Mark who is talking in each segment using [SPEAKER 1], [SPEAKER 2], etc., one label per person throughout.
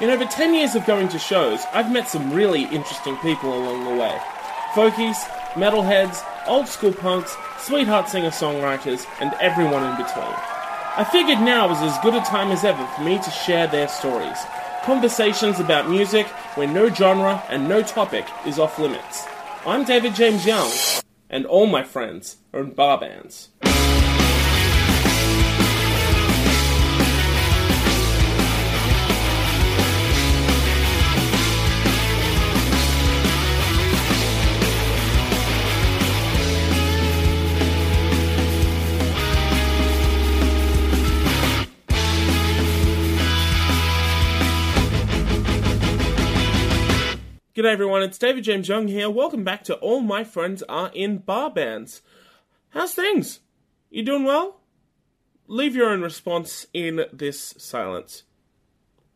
[SPEAKER 1] In over 10 years of going to shows, I've met some really interesting people along the way. Folkies, metalheads, old school punks, sweetheart singer songwriters, and everyone in between. I figured now was as good a time as ever for me to share their stories. Conversations about music where no genre and no topic is off limits. I'm David James Young, and all my friends are in bar bands. G'day everyone, it's David James Young here. Welcome back to All My Friends Are in Bar Bands. How's things? You doing well? Leave your own response in this silence.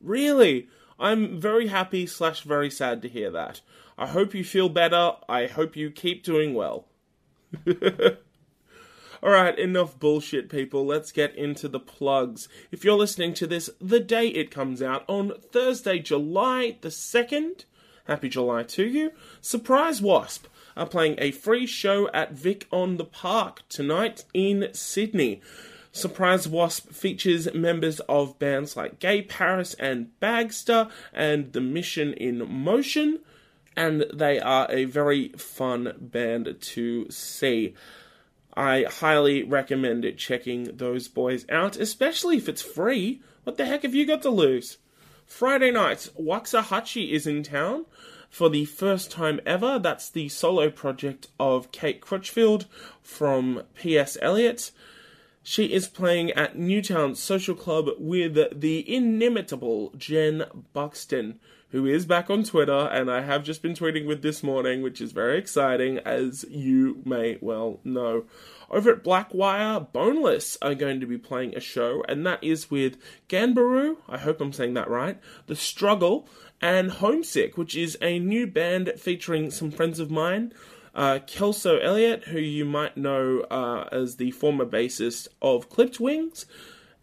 [SPEAKER 1] Really? I'm very happy slash very sad to hear that. I hope you feel better. I hope you keep doing well. Alright, enough bullshit, people. Let's get into the plugs. If you're listening to this the day it comes out, on Thursday, July the 2nd, Happy July to you. Surprise Wasp are playing a free show at Vic on the Park tonight in Sydney. Surprise Wasp features members of bands like Gay Paris and Bagster and The Mission in Motion, and they are a very fun band to see. I highly recommend checking those boys out, especially if it's free. What the heck have you got to lose? Friday night, Waxahachie is in town for the first time ever. That's the solo project of Kate Crutchfield from P.S. Eliot. She is playing at Newtown Social Club with the inimitable Jen Buxton, who is back on Twitter, and I have just been tweeting with this morning, which is very exciting, as you may well know. Over at Blackwire, Boneless are going to be playing a show, and that is with Ganbaru, I hope I'm saying that right, The Struggle, and Homesick, which is a new band featuring some friends of mine. Uh, Kelso Elliott, who you might know uh, as the former bassist of Clipped Wings,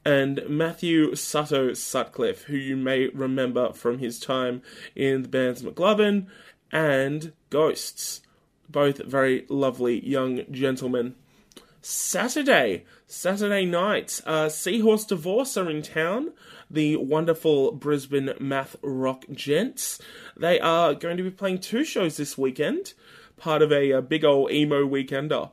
[SPEAKER 1] and Matthew Sutto Sutcliffe, who you may remember from his time in the bands McLovin and Ghosts. Both very lovely young gentlemen. Saturday, Saturday night, uh, Seahorse Divorce are in town. The wonderful Brisbane math rock gents. They are going to be playing two shows this weekend, part of a, uh, big old emo weekender.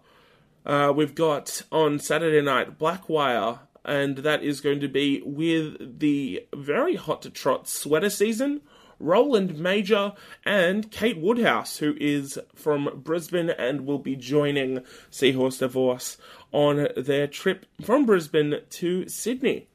[SPEAKER 1] Uh, we've got on Saturday night Blackwire, and that is going to be with the very hot to trot sweater season. Roland Major and Kate Woodhouse, who is from Brisbane and will be joining Seahorse Divorce on their trip from Brisbane to Sydney.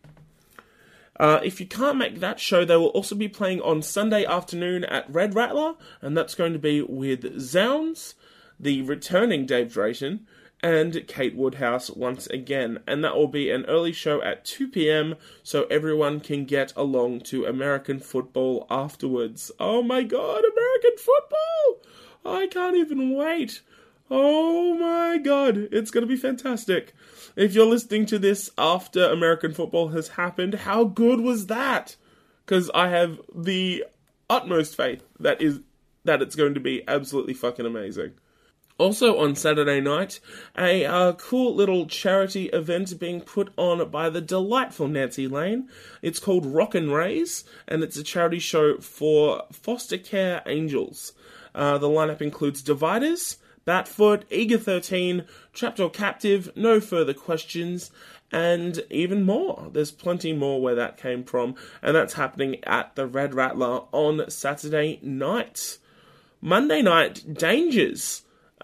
[SPEAKER 1] Uh, if you can't make that show, they will also be playing on Sunday afternoon at Red Rattler, and that's going to be with Zounds, the returning Dave Drayton, and Kate Woodhouse once again. And that will be an early show at 2 p.m. so everyone can get along to American football afterwards. Oh my god, American football! I can't even wait. Oh my god, it's going to be fantastic. If you're listening to this after American football has happened, how good was that? Because I have the utmost faith that is that it's going to be absolutely fucking amazing. Also on Saturday night, a uh, cool little charity event being put on by the delightful Nancy Lane. It's called Rock and Raise, and it's a charity show for foster care angels. Uh, the lineup includes Dividers, Batfoot, Eager 13, Trapped or Captive, No Further Questions, and even more. There's plenty more where that came from, and that's happening at the Red Rattler on Saturday night. Monday night, Dangers.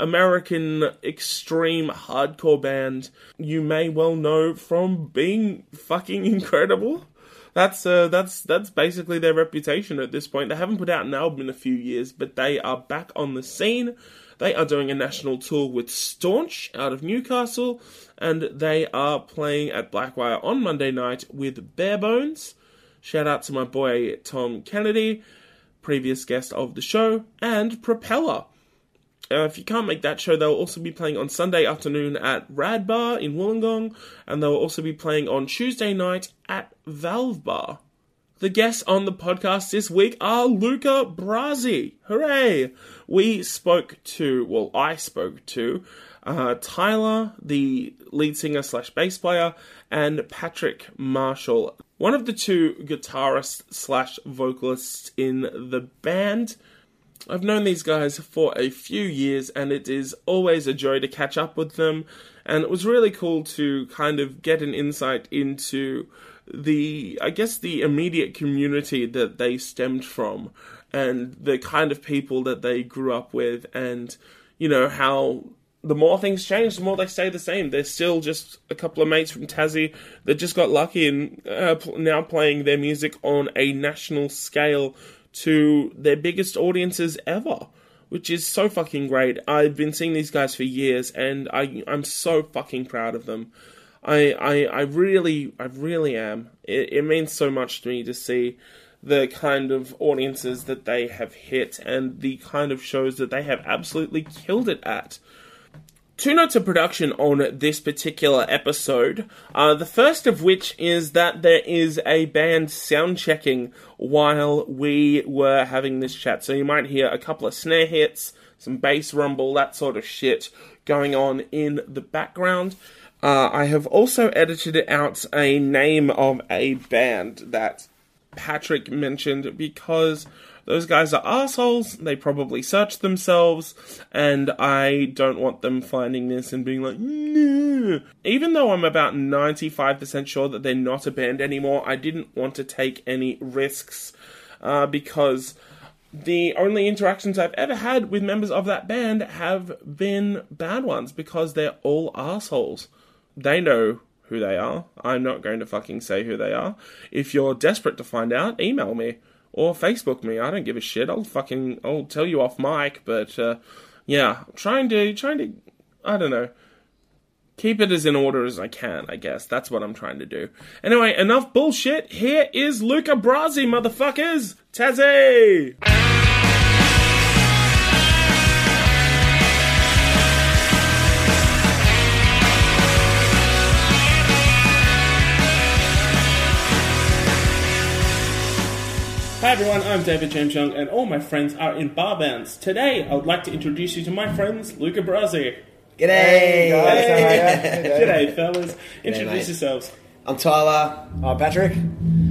[SPEAKER 1] American extreme hardcore band you may well know from being fucking incredible. That's uh, that's that's basically their reputation at this point. They haven't put out an album in a few years, but they are back on the scene. They are doing a national tour with Staunch out of Newcastle, and they are playing at Blackwire on Monday night with Barebones. Shout out to my boy Tom Kennedy, previous guest of the show, and Propeller. Uh, if you can't make that show, they'll also be playing on Sunday afternoon at Rad Bar in Wollongong, and they'll also be playing on Tuesday night at Valve Bar. The guests on the podcast this week are Luca Brasi. Hooray! We spoke to, well, I spoke to uh, Tyler, the lead singer slash bass player, and Patrick Marshall, one of the two guitarists slash vocalists in the band. I've known these guys for a few years, and it is always a joy to catch up with them. And it was really cool to kind of get an insight into the, I guess, the immediate community that they stemmed from and the kind of people that they grew up with, and, you know, how the more things change, the more they stay the same. They're still just a couple of mates from Tassie that just got lucky and uh, pl- now playing their music on a national scale to their biggest audiences ever, which is so fucking great. I've been seeing these guys for years, and I I'm so fucking proud of them. I I, I really I really am. It, it means so much to me to see the kind of audiences that they have hit and the kind of shows that they have absolutely killed it at. Two notes of production on this particular episode. Uh, the first of which is that there is a band sound checking while we were having this chat. So you might hear a couple of snare hits, some bass rumble, that sort of shit going on in the background. Uh, I have also edited out a name of a band that Patrick mentioned because those guys are assholes. They probably searched themselves, and I don't want them finding this and being like, no. Even though I'm about 95% sure that they're not a band anymore, I didn't want to take any risks uh, because the only interactions I've ever had with members of that band have been bad ones because they're all assholes. They know who they are. I'm not going to fucking say who they are. If you're desperate to find out, email me or Facebook me. I don't give a shit. I'll fucking I'll tell you off mic, but uh, yeah, I'm trying to trying to I don't know. Keep it as in order as I can, I guess. That's what I'm trying to do. Anyway, enough bullshit. Here is Luca Brasi, motherfuckers. Tazzy! Hi everyone, I'm David James Young, and all my friends are in bar bands. Today, I would like to introduce you to my friends Luca Brasi.
[SPEAKER 2] G'day!
[SPEAKER 3] Hey, guys, how are ya?
[SPEAKER 1] G'day, fellas. Introduce
[SPEAKER 2] mate.
[SPEAKER 1] yourselves.
[SPEAKER 2] I'm Tyler.
[SPEAKER 3] I'm Oh, Patrick.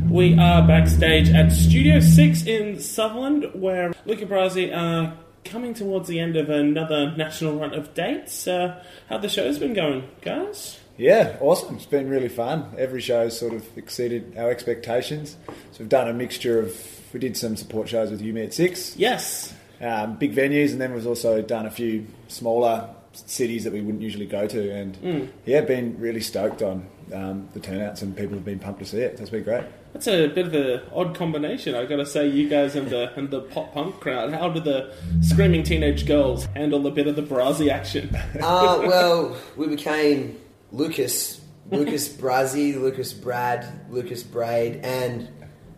[SPEAKER 1] We are backstage at Studio 6 in Sutherland, where Luca Brasi are coming towards the end of another national run of dates. Uh, how the show's been going, guys?
[SPEAKER 3] Yeah, awesome. It's been really fun. Every show's sort of exceeded our expectations. So we've done a mixture of we did some support shows with Umi at Six,
[SPEAKER 1] Yes.
[SPEAKER 3] um, big venues, and then we've also done a few smaller s- cities that we wouldn't usually go to. And
[SPEAKER 2] Hmm.
[SPEAKER 3] yeah, been really stoked on um, the turnouts and people have been pumped to see it. That's been great.
[SPEAKER 1] That's a bit of an odd combination, I've got to say, you guys and the, and the pop punk crowd. How do the screaming teenage girls handle a bit of the Brasi action?
[SPEAKER 2] Uh, well, we became Lucas, Lucas Brazzi, Lucas Brad, Lucas Braid, and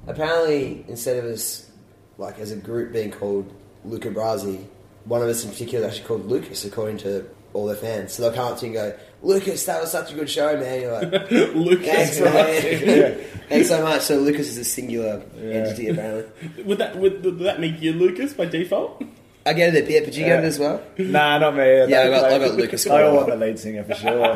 [SPEAKER 2] apparently instead of us, like as a group being called Luca Brazzi, one of us in particular is actually called Lucas, according to all their fans. So they'll come up to you and go, Lucas, that was such a good show, man. You're like,
[SPEAKER 1] Lucas
[SPEAKER 2] thanks, man. thanks so much. So Lucas is a singular entity, apparently.
[SPEAKER 1] Would that would, would that make you Lucas by default?
[SPEAKER 2] I get it, yeah, but you
[SPEAKER 3] Yeah.
[SPEAKER 2] get it as well?
[SPEAKER 3] Nah, not me.
[SPEAKER 2] Yeah, I
[SPEAKER 3] They-
[SPEAKER 2] got- I
[SPEAKER 3] they-
[SPEAKER 2] got Lucas.
[SPEAKER 3] I want the lead singer for sure.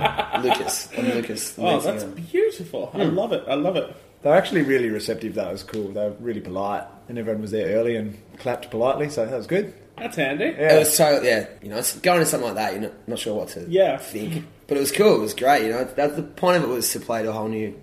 [SPEAKER 2] Lucas. I'm Lucas. the
[SPEAKER 1] Oh,
[SPEAKER 2] lead
[SPEAKER 1] that's
[SPEAKER 2] singer.
[SPEAKER 1] beautiful.
[SPEAKER 2] Hmm.
[SPEAKER 1] I love it. I love it.
[SPEAKER 3] They were actually really receptive. That was cool. They were really polite, and everyone was there early and clapped politely. So that was good.
[SPEAKER 1] That's handy.
[SPEAKER 3] Yeah.
[SPEAKER 2] It was Uh, so yeah, you know, it's going to something like that. You're not, not sure what to
[SPEAKER 1] Yeah.
[SPEAKER 2] think, but it was cool. It was great. You know, that's the point of it was to play to a whole new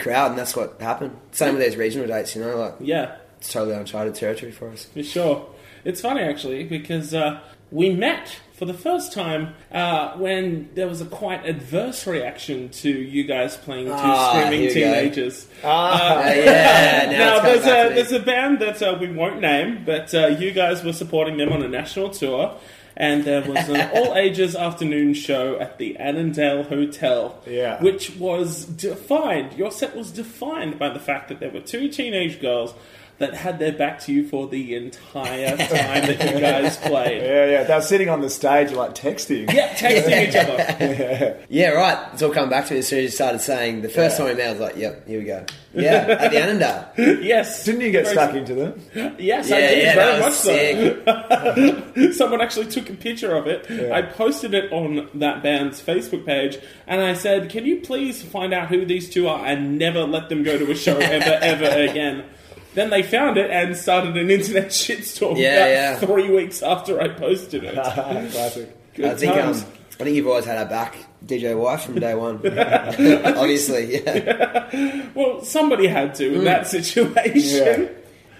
[SPEAKER 2] crowd, and that's what happened. Same with these regional dates. You know, like
[SPEAKER 1] Yeah,
[SPEAKER 2] it's totally uncharted territory for us.
[SPEAKER 1] for sure. It's funny actually because uh, we met for the first time uh, when there was a quite adverse reaction to you guys playing two
[SPEAKER 2] Ah,
[SPEAKER 1] screaming
[SPEAKER 2] here we go.
[SPEAKER 1] teenagers.
[SPEAKER 3] Ah.
[SPEAKER 2] Uh, yeah, now,
[SPEAKER 1] Now,
[SPEAKER 2] it's coming
[SPEAKER 1] there's
[SPEAKER 2] back
[SPEAKER 1] a
[SPEAKER 2] to me.
[SPEAKER 1] there's a band that uh, we won't name, but uh, you guys were supporting them on a national tour, and there was an all ages afternoon show at the Annandale Hotel,
[SPEAKER 3] Yeah.
[SPEAKER 1] which was defined. Your set was defined by the fact that there were two teenage girls
[SPEAKER 4] that had their back to you for the entire time that you guys played.
[SPEAKER 3] Yeah, yeah. They were sitting on the stage like texting.
[SPEAKER 4] Yeah, texting each other.
[SPEAKER 2] Yeah, right. It's all come back to me as soon as you started saying the first time we met. I was like, "Yep, here we go." Yeah, at the Ananda.
[SPEAKER 4] Yes.
[SPEAKER 3] Didn't you get
[SPEAKER 4] Crazy.
[SPEAKER 3] stuck into them?
[SPEAKER 4] Yes, I
[SPEAKER 2] Yeah,
[SPEAKER 4] did
[SPEAKER 2] yeah,
[SPEAKER 4] very
[SPEAKER 2] that
[SPEAKER 4] much
[SPEAKER 2] was sick.
[SPEAKER 4] so. Someone actually took a picture of it. I posted it on that band's Facebook page, and I said, "Can you please find out who these two are and never let them go to a show ever, ever again?" Then they found it and started an internet shitstorm
[SPEAKER 2] Yeah,
[SPEAKER 4] about
[SPEAKER 2] yeah.
[SPEAKER 4] three weeks after I posted it.
[SPEAKER 3] Classic.
[SPEAKER 4] Good
[SPEAKER 2] I think um,
[SPEAKER 4] times.
[SPEAKER 2] I think you've always had our back, DJ Y, from day one. Obviously, yeah.
[SPEAKER 4] well, somebody had to in
[SPEAKER 2] Mm.
[SPEAKER 4] that situation.
[SPEAKER 3] Yeah.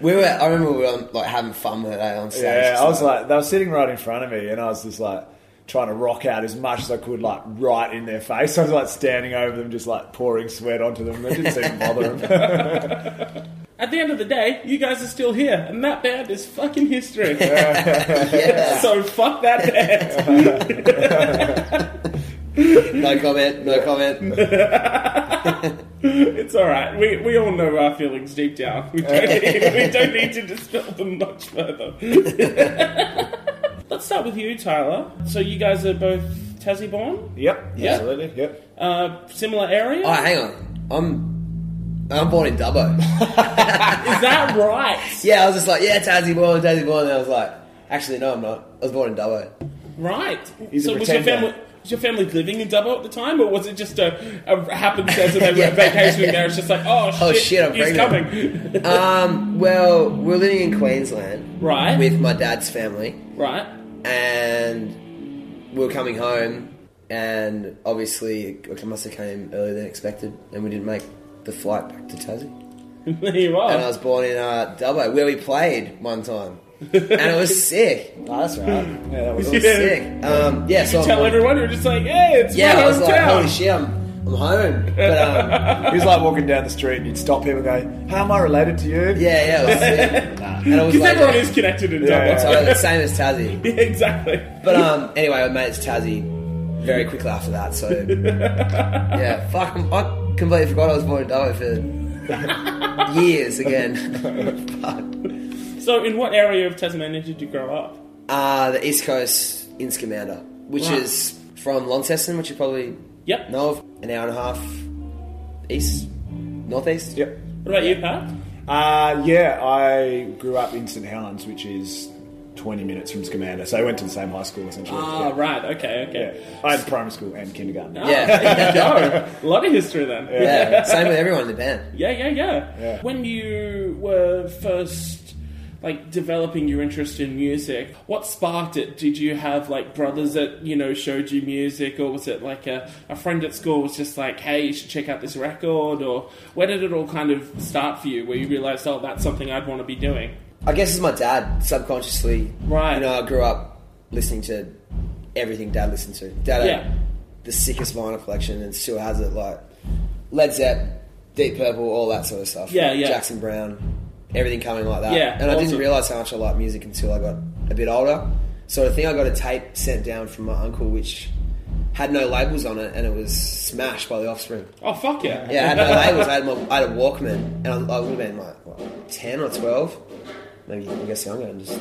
[SPEAKER 2] We were. I remember we were on, like having fun that day on stage.
[SPEAKER 3] Yeah, I was like, they were sitting right in front of me, and I was just like trying to rock out as much as I could, like right in their face. I was like standing over them, just like pouring sweat onto them. They didn't seem to bother them.
[SPEAKER 4] At the end of the day, you guys are still here, and that band is fucking history.
[SPEAKER 2] yeah.
[SPEAKER 4] so fuck that band.
[SPEAKER 2] no comment. No comment.
[SPEAKER 4] It's all right. We, we all know our feelings deep down. We don't, need, we don't need to dispel them much further. Let's start with you, Tyler. So you guys are both Tassie born,
[SPEAKER 3] yep,
[SPEAKER 2] Yeah.
[SPEAKER 3] absolutely. Yep.
[SPEAKER 4] uh, similar area.
[SPEAKER 2] Oh, hang on. I'm I'm born in Dubbo.
[SPEAKER 4] Is that right?
[SPEAKER 2] Yeah, I was just like, yeah, Tassie born, Tassie born. And I was like, actually, no, I'm not. I was born in Dubbo.
[SPEAKER 4] Right.
[SPEAKER 3] He's a
[SPEAKER 4] so was your
[SPEAKER 3] pretender.
[SPEAKER 4] family? Was your family living in Dubbo at the time, or was it just a, a happenstance that they were
[SPEAKER 2] Yeah.
[SPEAKER 4] vacationing there? It's just like, oh shit,
[SPEAKER 2] Oh, shit, I'm
[SPEAKER 4] he's
[SPEAKER 2] pregnant.
[SPEAKER 4] coming.
[SPEAKER 2] Um, well, we're living in Queensland
[SPEAKER 4] Right.
[SPEAKER 2] with my dad's family,
[SPEAKER 4] right.
[SPEAKER 2] and we were coming home, and obviously I must have came earlier than expected, and we didn't make the flight back to Tassie.
[SPEAKER 4] There you are.
[SPEAKER 2] And I was born in uh, Dubbo, where we played one time, and it was sick. It
[SPEAKER 3] Oh, that's right. Yeah, that was
[SPEAKER 4] Yeah.
[SPEAKER 2] was sick. Um, yeah, so I'm
[SPEAKER 4] Tell
[SPEAKER 2] born-
[SPEAKER 4] everyone you're just like, hey, it's
[SPEAKER 2] Yeah,
[SPEAKER 4] my
[SPEAKER 2] I was like,
[SPEAKER 4] hometown.
[SPEAKER 2] holy shit, I'm, I'm home. But um,
[SPEAKER 3] He was like walking down the street, and you'd stop him and go, "How am I related to you?"
[SPEAKER 2] yeah, yeah, it was sick. And it was
[SPEAKER 4] Because
[SPEAKER 2] like,
[SPEAKER 4] everyone is connected in
[SPEAKER 3] Yeah,
[SPEAKER 4] Dubbo.
[SPEAKER 3] yeah.
[SPEAKER 2] so, same as Tassie.
[SPEAKER 4] Yeah, exactly.
[SPEAKER 2] But um, anyway, I made it to Tassie very quickly after that. So yeah, fuck, I completely forgot I was born in Darwin for years again. Fuck.
[SPEAKER 4] So, in what area of Tasmania did you grow up?
[SPEAKER 2] uh, the East Coast in Scamander, which
[SPEAKER 4] Right.
[SPEAKER 2] is from Launceston, which you probably
[SPEAKER 4] Yep.
[SPEAKER 2] know of, an hour and a half east, northeast.
[SPEAKER 3] Yep.
[SPEAKER 4] What about you, Pat?
[SPEAKER 3] Uh, yeah, I grew up in St Helens, which is 20 minutes from Scamander, so I went to the same high school essentially.
[SPEAKER 4] Ah,
[SPEAKER 3] yeah.
[SPEAKER 4] right. Okay, okay.
[SPEAKER 3] Yeah. I had primary school and kindergarten.
[SPEAKER 4] Ah,
[SPEAKER 2] Yeah.
[SPEAKER 4] there you go. A lot of history then. Yeah.
[SPEAKER 2] Yeah, same with everyone in the band.
[SPEAKER 4] Yeah, yeah, yeah,
[SPEAKER 3] Yeah.
[SPEAKER 4] When you were first like developing your interest in music, what sparked it? Did you have like brothers that you know showed you music, or was it like a, a friend at school was just like, "Hey, you should check out this record"? Or where did it all kind of start for you, where you realized, "Oh, that's something I'd want to be doing"?
[SPEAKER 2] I guess it's my dad subconsciously.
[SPEAKER 4] Right.
[SPEAKER 2] You know, I grew up listening to everything dad listened to. Dad
[SPEAKER 4] Yeah.
[SPEAKER 2] had the sickest vinyl collection and still has it like Led Zepp, Deep Purple, all that sort of stuff.
[SPEAKER 4] Yeah, yeah.
[SPEAKER 2] Jackson Brown, everything coming like that.
[SPEAKER 4] Yeah,
[SPEAKER 2] And I
[SPEAKER 4] awesome.
[SPEAKER 2] didn't realise how much I liked music until I got a bit older. So I think I got a tape sent down from my uncle which had no labels on it and it was smashed by the offspring.
[SPEAKER 4] Oh, fuck yeah!
[SPEAKER 2] Yeah, I had no labels. I had, my, I had a Walkman, and I, I would have been like what, ten or twelve, maybe I guess younger. And just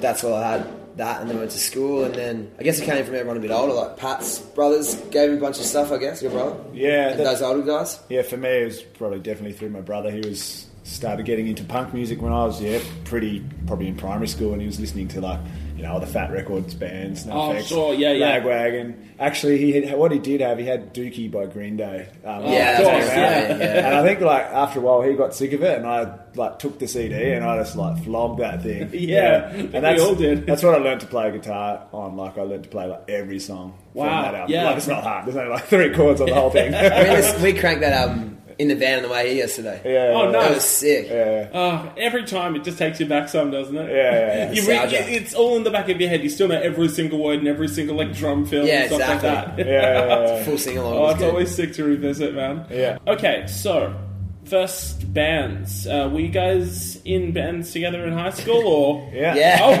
[SPEAKER 2] that's all I had. That, and then went to school, and then I guess it came from everyone a bit older. Like Pat's brothers gave me a bunch of stuff. I guess your brother.
[SPEAKER 3] Yeah,
[SPEAKER 2] and
[SPEAKER 3] that-
[SPEAKER 2] those older guys.
[SPEAKER 3] Yeah, for me, it was probably definitely through my brother. He was started getting into punk music when I was yeah pretty probably in primary school, and he was listening to like you know all the Fat Records bands,
[SPEAKER 4] Oh,
[SPEAKER 3] NoFX,
[SPEAKER 4] sure, yeah, yeah.
[SPEAKER 3] Lagwagon. Actually, he had, what he did have, he had Dookie by Green Day.
[SPEAKER 2] yeah,
[SPEAKER 3] Um,
[SPEAKER 4] Oh, of
[SPEAKER 2] that's what I'm
[SPEAKER 4] course,
[SPEAKER 2] saying, yeah.
[SPEAKER 3] And I think like after a while he got sick of it, and I like took the CD and I just like flogged that thing.
[SPEAKER 4] Yeah,
[SPEAKER 3] and
[SPEAKER 4] we
[SPEAKER 3] that's
[SPEAKER 4] all did.
[SPEAKER 3] that's what I learned to play guitar on. Like I learned to play like every song. from
[SPEAKER 4] Wow,
[SPEAKER 3] that album.
[SPEAKER 4] yeah.
[SPEAKER 3] like it's not hard. There's only like three chords on the whole thing.
[SPEAKER 2] I mean, this, we cranked that album in the van on the way here yesterday.
[SPEAKER 3] Yeah.
[SPEAKER 4] Oh,
[SPEAKER 2] that
[SPEAKER 4] nice.
[SPEAKER 2] was sick.
[SPEAKER 4] Uh, every time it just takes you back some, doesn't it?
[SPEAKER 3] Yeah, yeah, yeah.
[SPEAKER 4] You re-
[SPEAKER 2] Nostalgia.
[SPEAKER 4] it- it's all in the back of your head. You still know every single word and every single like drum fill
[SPEAKER 2] Yeah,
[SPEAKER 4] and stuff like
[SPEAKER 2] exactly.
[SPEAKER 4] that.
[SPEAKER 3] yeah, yeah, yeah.
[SPEAKER 2] Full sing along.
[SPEAKER 4] oh, it's always sick to revisit, man.
[SPEAKER 3] Yeah.
[SPEAKER 4] Okay, so first bands. Uh, were you guys in bands together in high school or?
[SPEAKER 3] Yeah.
[SPEAKER 2] Yeah.
[SPEAKER 4] Oh,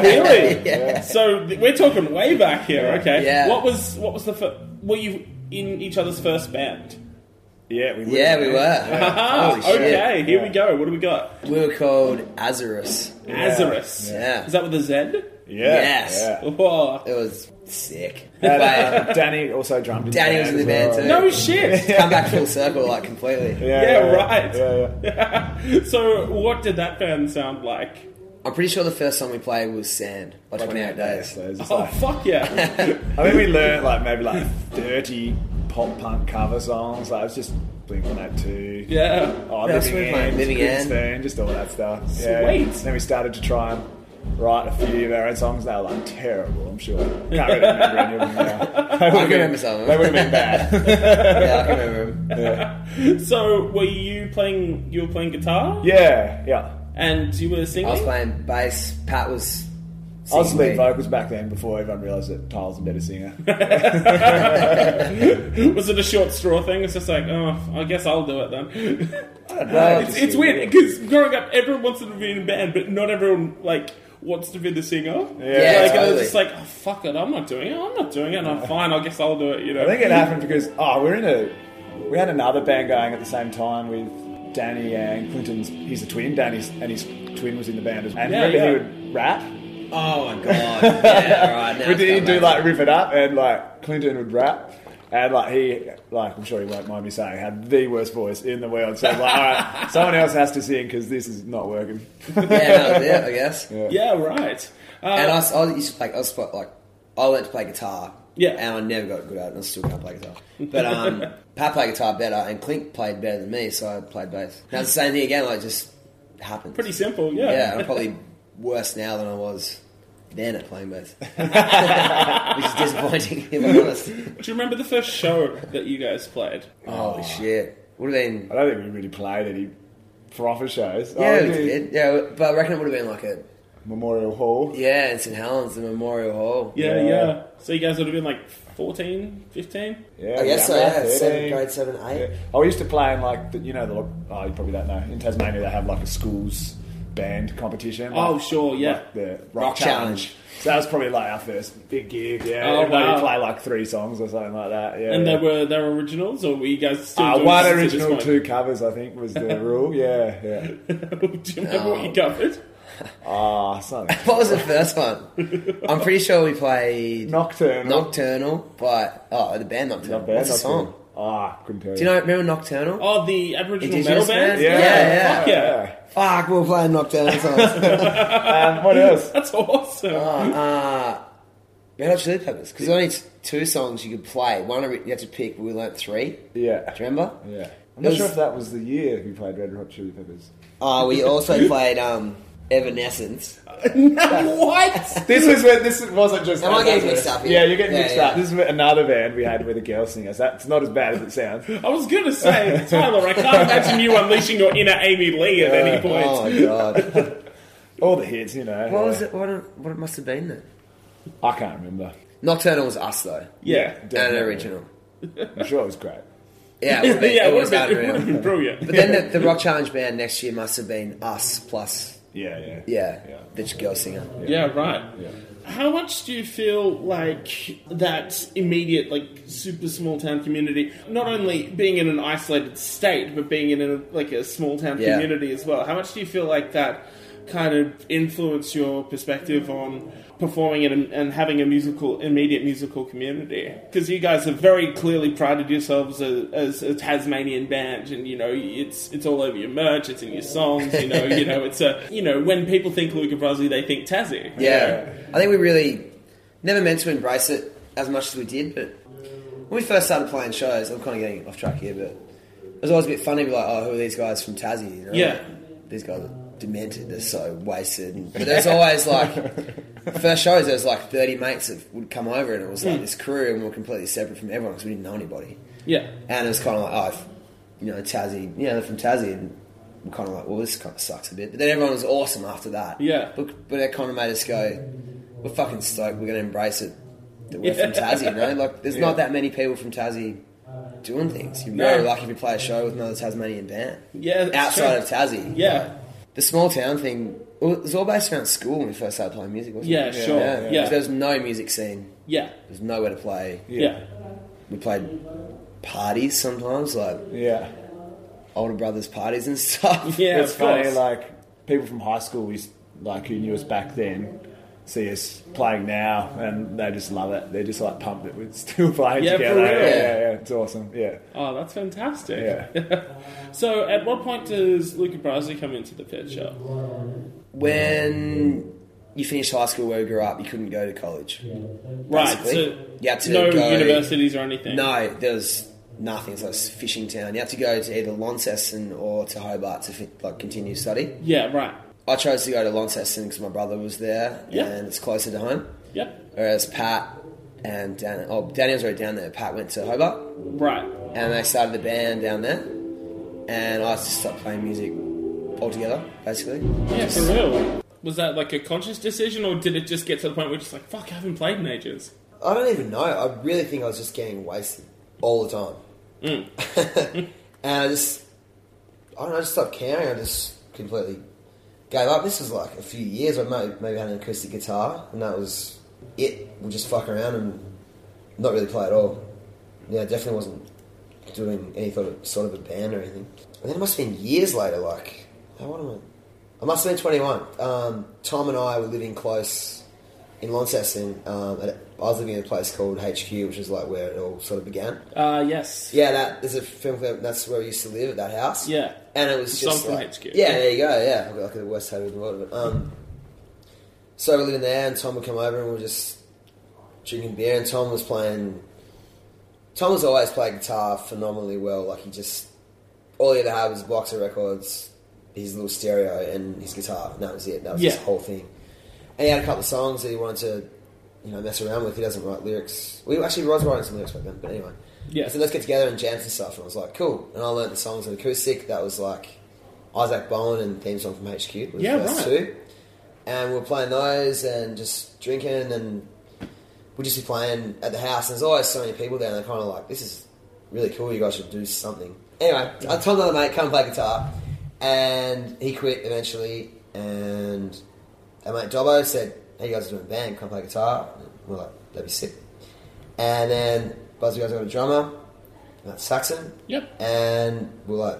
[SPEAKER 4] really?
[SPEAKER 2] Yeah.
[SPEAKER 4] So th- we're talking way back here. Okay.
[SPEAKER 2] Yeah.
[SPEAKER 4] What was what was the fir- were you in each other's first band?
[SPEAKER 3] Yeah, we were.
[SPEAKER 2] Yeah, we were.
[SPEAKER 4] Ah,
[SPEAKER 2] Holy shit.
[SPEAKER 4] okay, here we
[SPEAKER 3] Yeah.
[SPEAKER 4] go. What do we got?
[SPEAKER 2] We were called Azarus.
[SPEAKER 3] Yeah.
[SPEAKER 4] Azarus.
[SPEAKER 2] Yeah.
[SPEAKER 4] Is that with a Z?
[SPEAKER 2] Yes.
[SPEAKER 3] yeah.
[SPEAKER 4] Oh.
[SPEAKER 2] It was sick.
[SPEAKER 3] And,
[SPEAKER 2] Like,
[SPEAKER 3] uh, Danny also drummed. in
[SPEAKER 2] Danny was in the band
[SPEAKER 3] as
[SPEAKER 2] too.
[SPEAKER 4] No shit.
[SPEAKER 2] come back full circle, like completely.
[SPEAKER 3] Yeah,
[SPEAKER 4] Yeah,
[SPEAKER 3] yeah,
[SPEAKER 4] right.
[SPEAKER 3] Yeah, yeah.
[SPEAKER 4] so, what did that band sound like?
[SPEAKER 2] I'm pretty sure the first song we played was Sand by 28 Days.
[SPEAKER 3] So it's just
[SPEAKER 4] Oh
[SPEAKER 3] like-
[SPEAKER 4] fuck yeah!
[SPEAKER 3] I mean, we learned like maybe like thirty pop punk cover songs. Like it was just Blink One Eight Two.
[SPEAKER 4] yeah.
[SPEAKER 3] Oh,
[SPEAKER 2] Yeah, that's what we
[SPEAKER 3] Living
[SPEAKER 2] played,
[SPEAKER 3] End,
[SPEAKER 2] Living
[SPEAKER 3] Springsteen,
[SPEAKER 2] End.
[SPEAKER 3] just all that stuff.
[SPEAKER 4] Sweet.
[SPEAKER 3] Then we started to try and write a few of our own songs. They were like terrible. I'm sure. Can't really remember any of them now. They would've
[SPEAKER 2] remember
[SPEAKER 3] been-
[SPEAKER 2] some of them.
[SPEAKER 3] They would have been bad.
[SPEAKER 2] Yeah, I can remember 'em.
[SPEAKER 4] So, were you playing? You were playing guitar,
[SPEAKER 3] Yeah, yeah.
[SPEAKER 4] and you were singing.
[SPEAKER 2] I was playing bass. Pat was.
[SPEAKER 3] I was lead
[SPEAKER 2] singing lead.
[SPEAKER 3] vocals back then before everyone realised that Tyler's a better singer.
[SPEAKER 4] Was it a short straw thing? It's just like, oh, I guess I'll do it then.
[SPEAKER 2] Well,
[SPEAKER 4] it's it's weird because growing up, everyone wants to be in a band, but not everyone like wants to be the singer.
[SPEAKER 3] Yeah,
[SPEAKER 4] like I
[SPEAKER 2] totally.
[SPEAKER 4] was just like, oh, fuck it, I'm not doing it. I'm not doing it. I'm fine. I guess I'll do it. You know.
[SPEAKER 3] I think it happened because oh, we're in a we had another band going at the same time with Danny and Clinton's. He's a twin. Danny's and his twin was in the band as well. And
[SPEAKER 4] Yeah,
[SPEAKER 3] remember
[SPEAKER 4] yeah.
[SPEAKER 3] he would rap.
[SPEAKER 2] Oh my god. Yeah, alright. now
[SPEAKER 3] we
[SPEAKER 2] it's
[SPEAKER 3] did
[SPEAKER 2] come
[SPEAKER 3] do
[SPEAKER 2] back.
[SPEAKER 3] like riff it up, and like Clinton would rap. And like he, like I'm sure he won't mind me saying, had the worst voice in the world. So I was like, all right, someone else has to sing because this is not working.
[SPEAKER 2] Yeah, that was it, I guess.
[SPEAKER 4] Yeah, right.
[SPEAKER 2] And I
[SPEAKER 4] Uh,
[SPEAKER 2] was, I was used to like, I was quite, like, I learned to play guitar.
[SPEAKER 4] Yeah.
[SPEAKER 2] And I never got good at it, and I still can't play guitar. But um, Pat played guitar better, and Clink played better than me, so I played bass. Now it's the same thing again, like, it just happened.
[SPEAKER 4] pretty simple. Yeah.
[SPEAKER 2] Yeah, and I'm probably worse now than I was then at playing bass. Which is disappointing, if I'm honest.
[SPEAKER 4] Do you remember the first show that you guys played? Ah.
[SPEAKER 2] Holy shit. Would have been.
[SPEAKER 3] I don't think we really played any proper shows.
[SPEAKER 4] Oh,
[SPEAKER 2] Yeah,
[SPEAKER 3] I
[SPEAKER 2] we did. Yeah, but I reckon it would have been like a.
[SPEAKER 3] Memorial Hall.
[SPEAKER 2] Yeah, in St. Helens, the Memorial Hall.
[SPEAKER 4] Yeah, yeah.
[SPEAKER 3] Yeah.
[SPEAKER 4] So you guys would have been like 14, 15?
[SPEAKER 3] Yeah,
[SPEAKER 2] I guess so,
[SPEAKER 3] younger,
[SPEAKER 2] yeah. Seven,
[SPEAKER 3] 13.
[SPEAKER 2] grade 7, 8.
[SPEAKER 3] Yeah. I used to play in like the, you know the lo- oh you probably don't know in Tasmania they have like a schools band competition. like-
[SPEAKER 4] Oh, sure, yeah.
[SPEAKER 3] like the rock,
[SPEAKER 2] Rock Challenge.
[SPEAKER 3] challenge. So that was probably like our first big gig. Yeah,
[SPEAKER 4] Oh,
[SPEAKER 3] everybody
[SPEAKER 4] wow.
[SPEAKER 3] play like three songs or something like that. Yeah,
[SPEAKER 4] And
[SPEAKER 3] yeah.
[SPEAKER 4] they were they were originals, or were you guys still
[SPEAKER 3] Uh,
[SPEAKER 4] doing
[SPEAKER 3] one
[SPEAKER 4] this to this
[SPEAKER 3] original,
[SPEAKER 4] point?
[SPEAKER 3] two covers. I think was the rule. Yeah, yeah.
[SPEAKER 4] Do you remember what you covered?
[SPEAKER 3] Ah, something
[SPEAKER 2] What was the first one? I'm pretty sure we played
[SPEAKER 3] nocturnal.
[SPEAKER 2] Nocturnal by oh the band Nocturnal.
[SPEAKER 3] Not bad.
[SPEAKER 2] What's the
[SPEAKER 3] Nocturnal.
[SPEAKER 2] song?
[SPEAKER 3] Ah, couldn't tell you.
[SPEAKER 2] Do you know remember Nocturnal?
[SPEAKER 4] Oh, the Aboriginal metal
[SPEAKER 2] Indigenous
[SPEAKER 4] band.
[SPEAKER 2] band? Yeah, yeah.
[SPEAKER 4] Fuck yeah.
[SPEAKER 2] Fuck, we were playing Nocturnal songs.
[SPEAKER 3] Um, what else?
[SPEAKER 4] That's awesome.
[SPEAKER 2] uh, Red Hot Chili Peppers because only t- two songs you could play. One ori- you had to pick. but We learnt three.
[SPEAKER 3] Yeah,
[SPEAKER 2] Do you remember?
[SPEAKER 3] yeah. I'm
[SPEAKER 2] It
[SPEAKER 3] not
[SPEAKER 2] was-
[SPEAKER 3] sure if that was the year we played Red Hot Chili Peppers.
[SPEAKER 2] Uh, we also played um, Evanescence.
[SPEAKER 4] what?
[SPEAKER 3] This is where this wasn't just.
[SPEAKER 2] Am I getting mixed up here?
[SPEAKER 3] Yeah, you're getting
[SPEAKER 2] Yeah,
[SPEAKER 3] mixed
[SPEAKER 2] yeah.
[SPEAKER 3] up. This is another band we had with a girl singer. So that's not as bad as it sounds.
[SPEAKER 4] I was gonna say, Tyler. I can't imagine you unleashing your inner Amy Lee at any point.
[SPEAKER 2] Oh my god!
[SPEAKER 3] All the hits, you know.
[SPEAKER 2] what was it? What, it- what it must have been then?
[SPEAKER 3] I can't remember.
[SPEAKER 2] Nocturnal was us though,
[SPEAKER 4] yeah,
[SPEAKER 2] and
[SPEAKER 3] Definitely.
[SPEAKER 2] original.
[SPEAKER 3] I'm sure it was great.
[SPEAKER 2] Yeah,
[SPEAKER 4] yeah.
[SPEAKER 2] it, yeah,
[SPEAKER 4] it
[SPEAKER 2] it
[SPEAKER 4] would
[SPEAKER 2] was
[SPEAKER 4] have been, it
[SPEAKER 2] unreal.
[SPEAKER 4] would've been brilliant.
[SPEAKER 2] But then the, the rock challenge band next year must have been us plus
[SPEAKER 3] Yeah, yeah.
[SPEAKER 2] yeah,
[SPEAKER 3] Yeah.
[SPEAKER 2] the girl singer.
[SPEAKER 4] Yeah, right.
[SPEAKER 3] Yeah.
[SPEAKER 4] How much do you feel like that immediate, like super small town community? Not only being in an isolated state, but being in a, like a small town
[SPEAKER 2] Yeah.
[SPEAKER 4] community as well. How much do you feel like that kind of influenced your perspective on performing and, and having a musical, immediate musical community? Because you guys have very clearly prided yourselves as, as a Tasmanian band, and you know it's it's all over your merch, it's in your songs, you know, you know it's a you know when people think Luca Brasi, they think Tassie.
[SPEAKER 2] Yeah. I think we really never meant to embrace it as much as we did, but when we first started playing shows, I'm kind of getting off track here, but it was always a bit funny to be like, oh, who are these guys from Tassie? You know?
[SPEAKER 4] Yeah.
[SPEAKER 2] These guys are demented, they're so wasted. But there's always like, first shows, there was like 30 mates that would come over, and it was
[SPEAKER 4] Hmm.
[SPEAKER 2] like this crew, and we were completely separate from everyone because we didn't know anybody.
[SPEAKER 4] Yeah.
[SPEAKER 2] And it was kind of like, oh, if- you know, Tassie, you know, they're from Tassie. And we're kind of like, well, this kind of sucks a bit. But then everyone was awesome after that.
[SPEAKER 4] Yeah.
[SPEAKER 2] But, but it kind of made us go, we're fucking stoked. We're going to embrace it that we're from
[SPEAKER 4] Yeah.
[SPEAKER 2] Tassie, you know? Like, there's not that many people from Tassie doing things. You're very
[SPEAKER 4] No.
[SPEAKER 2] lucky if you play a show with another Tasmanian band.
[SPEAKER 4] Yeah, that's
[SPEAKER 2] Outside
[SPEAKER 4] true.
[SPEAKER 2] of Tassie.
[SPEAKER 4] Yeah.
[SPEAKER 2] The small town thing, it was all based around school when we first started playing music, wasn't
[SPEAKER 4] Yeah,
[SPEAKER 2] it?
[SPEAKER 4] sure. Yeah.
[SPEAKER 2] There was no music scene.
[SPEAKER 4] Yeah.
[SPEAKER 2] There was nowhere to play.
[SPEAKER 4] Yeah.
[SPEAKER 2] We played parties sometimes, like
[SPEAKER 3] Yeah.
[SPEAKER 2] older brothers' parties and stuff.
[SPEAKER 4] Yeah,
[SPEAKER 3] it's
[SPEAKER 4] of
[SPEAKER 3] funny,
[SPEAKER 4] course.
[SPEAKER 3] like people from high school we s- like who knew us back then see us playing now and they just love it. They're just like pumped that we're still playing
[SPEAKER 4] Yeah, for
[SPEAKER 3] together.
[SPEAKER 4] real.
[SPEAKER 3] Yeah, yeah, yeah. It's awesome. Yeah.
[SPEAKER 4] Oh, that's fantastic.
[SPEAKER 3] Yeah.
[SPEAKER 4] So, at what point does Luca Brasi come into the picture?
[SPEAKER 2] When you finished high school where we grew up, you couldn't go to college.
[SPEAKER 4] Right.
[SPEAKER 2] Basically,
[SPEAKER 4] So,
[SPEAKER 2] you had to
[SPEAKER 4] no
[SPEAKER 2] go-
[SPEAKER 4] universities or anything.
[SPEAKER 2] No, there was nothing. It's like fishing town. You had to go to either Launceston or to Hobart to fit, like continue study.
[SPEAKER 4] Yeah. Right.
[SPEAKER 2] I chose to go to Launceston because my brother was there,
[SPEAKER 4] Yeah.
[SPEAKER 2] and it's closer to home.
[SPEAKER 4] Yep.
[SPEAKER 2] Whereas Pat and Dan, oh, Daniel's already down there. Pat went to Hobart,
[SPEAKER 4] Right.
[SPEAKER 2] and they started the band down there. And I just stopped playing music altogether, basically.
[SPEAKER 4] Yeah, for
[SPEAKER 2] Just-
[SPEAKER 4] real. Was that like a conscious decision, or did it just get to the point where it's just like, fuck, I haven't played in ages?
[SPEAKER 2] I don't even know. I really think I was just getting wasted all the time. and I just, I don't know, I just stopped caring. I just completely gave up. This was like a few years. I maybe, maybe had an acoustic guitar, and that was it. We just fuck around and not really play at all. Yeah, I definitely wasn't doing any sort of, sort of a band or anything. And then it must have been years later, like, how old am I? I must have been 21. Um, Tom and I were living close in Launceston. Um, at, I was living in a place called HQ, which is like where it all sort of began.
[SPEAKER 4] Uh, yes.
[SPEAKER 2] Yeah, that is a film clip. That's where we used to live at that house.
[SPEAKER 4] Yeah.
[SPEAKER 2] and it was
[SPEAKER 4] Song
[SPEAKER 2] just
[SPEAKER 4] from
[SPEAKER 2] like,
[SPEAKER 4] HQ.
[SPEAKER 2] yeah, there you go. Yeah, like the worst habit in the world. But, um, so we're living there, and Tom would come over, and we are just drinking beer. And Tom was playing. Tom was always played guitar phenomenally well. Like he just all he ever had was boxer records, his little stereo, and his guitar, and that was it. That was
[SPEAKER 4] Yeah.
[SPEAKER 2] his whole thing. And he had a couple of songs that he wanted to, you know, mess around with. He doesn't write lyrics. We actually was writing some lyrics back then, but anyway.
[SPEAKER 4] Yeah.
[SPEAKER 2] I said, let's get together and jam some stuff. And I was like, cool. And I learned the songs on acoustic. That was like Isaac Bowen and theme song from HQ. were the
[SPEAKER 4] Yeah,
[SPEAKER 2] first
[SPEAKER 4] right.
[SPEAKER 2] two. And we were playing those and just drinking and we'd just be playing at the house. And there's always so many people there and they're kind of like, this is really cool. You guys should do something. Anyway, I told another mate, come play guitar. And he quit eventually. And our mate Dobbo said, hey, you guys are doing a band. Come play guitar. And we're like, that'd be sick. And then Buzz guys got a drummer, and that's Saxon.
[SPEAKER 4] Yep.
[SPEAKER 2] And we're like,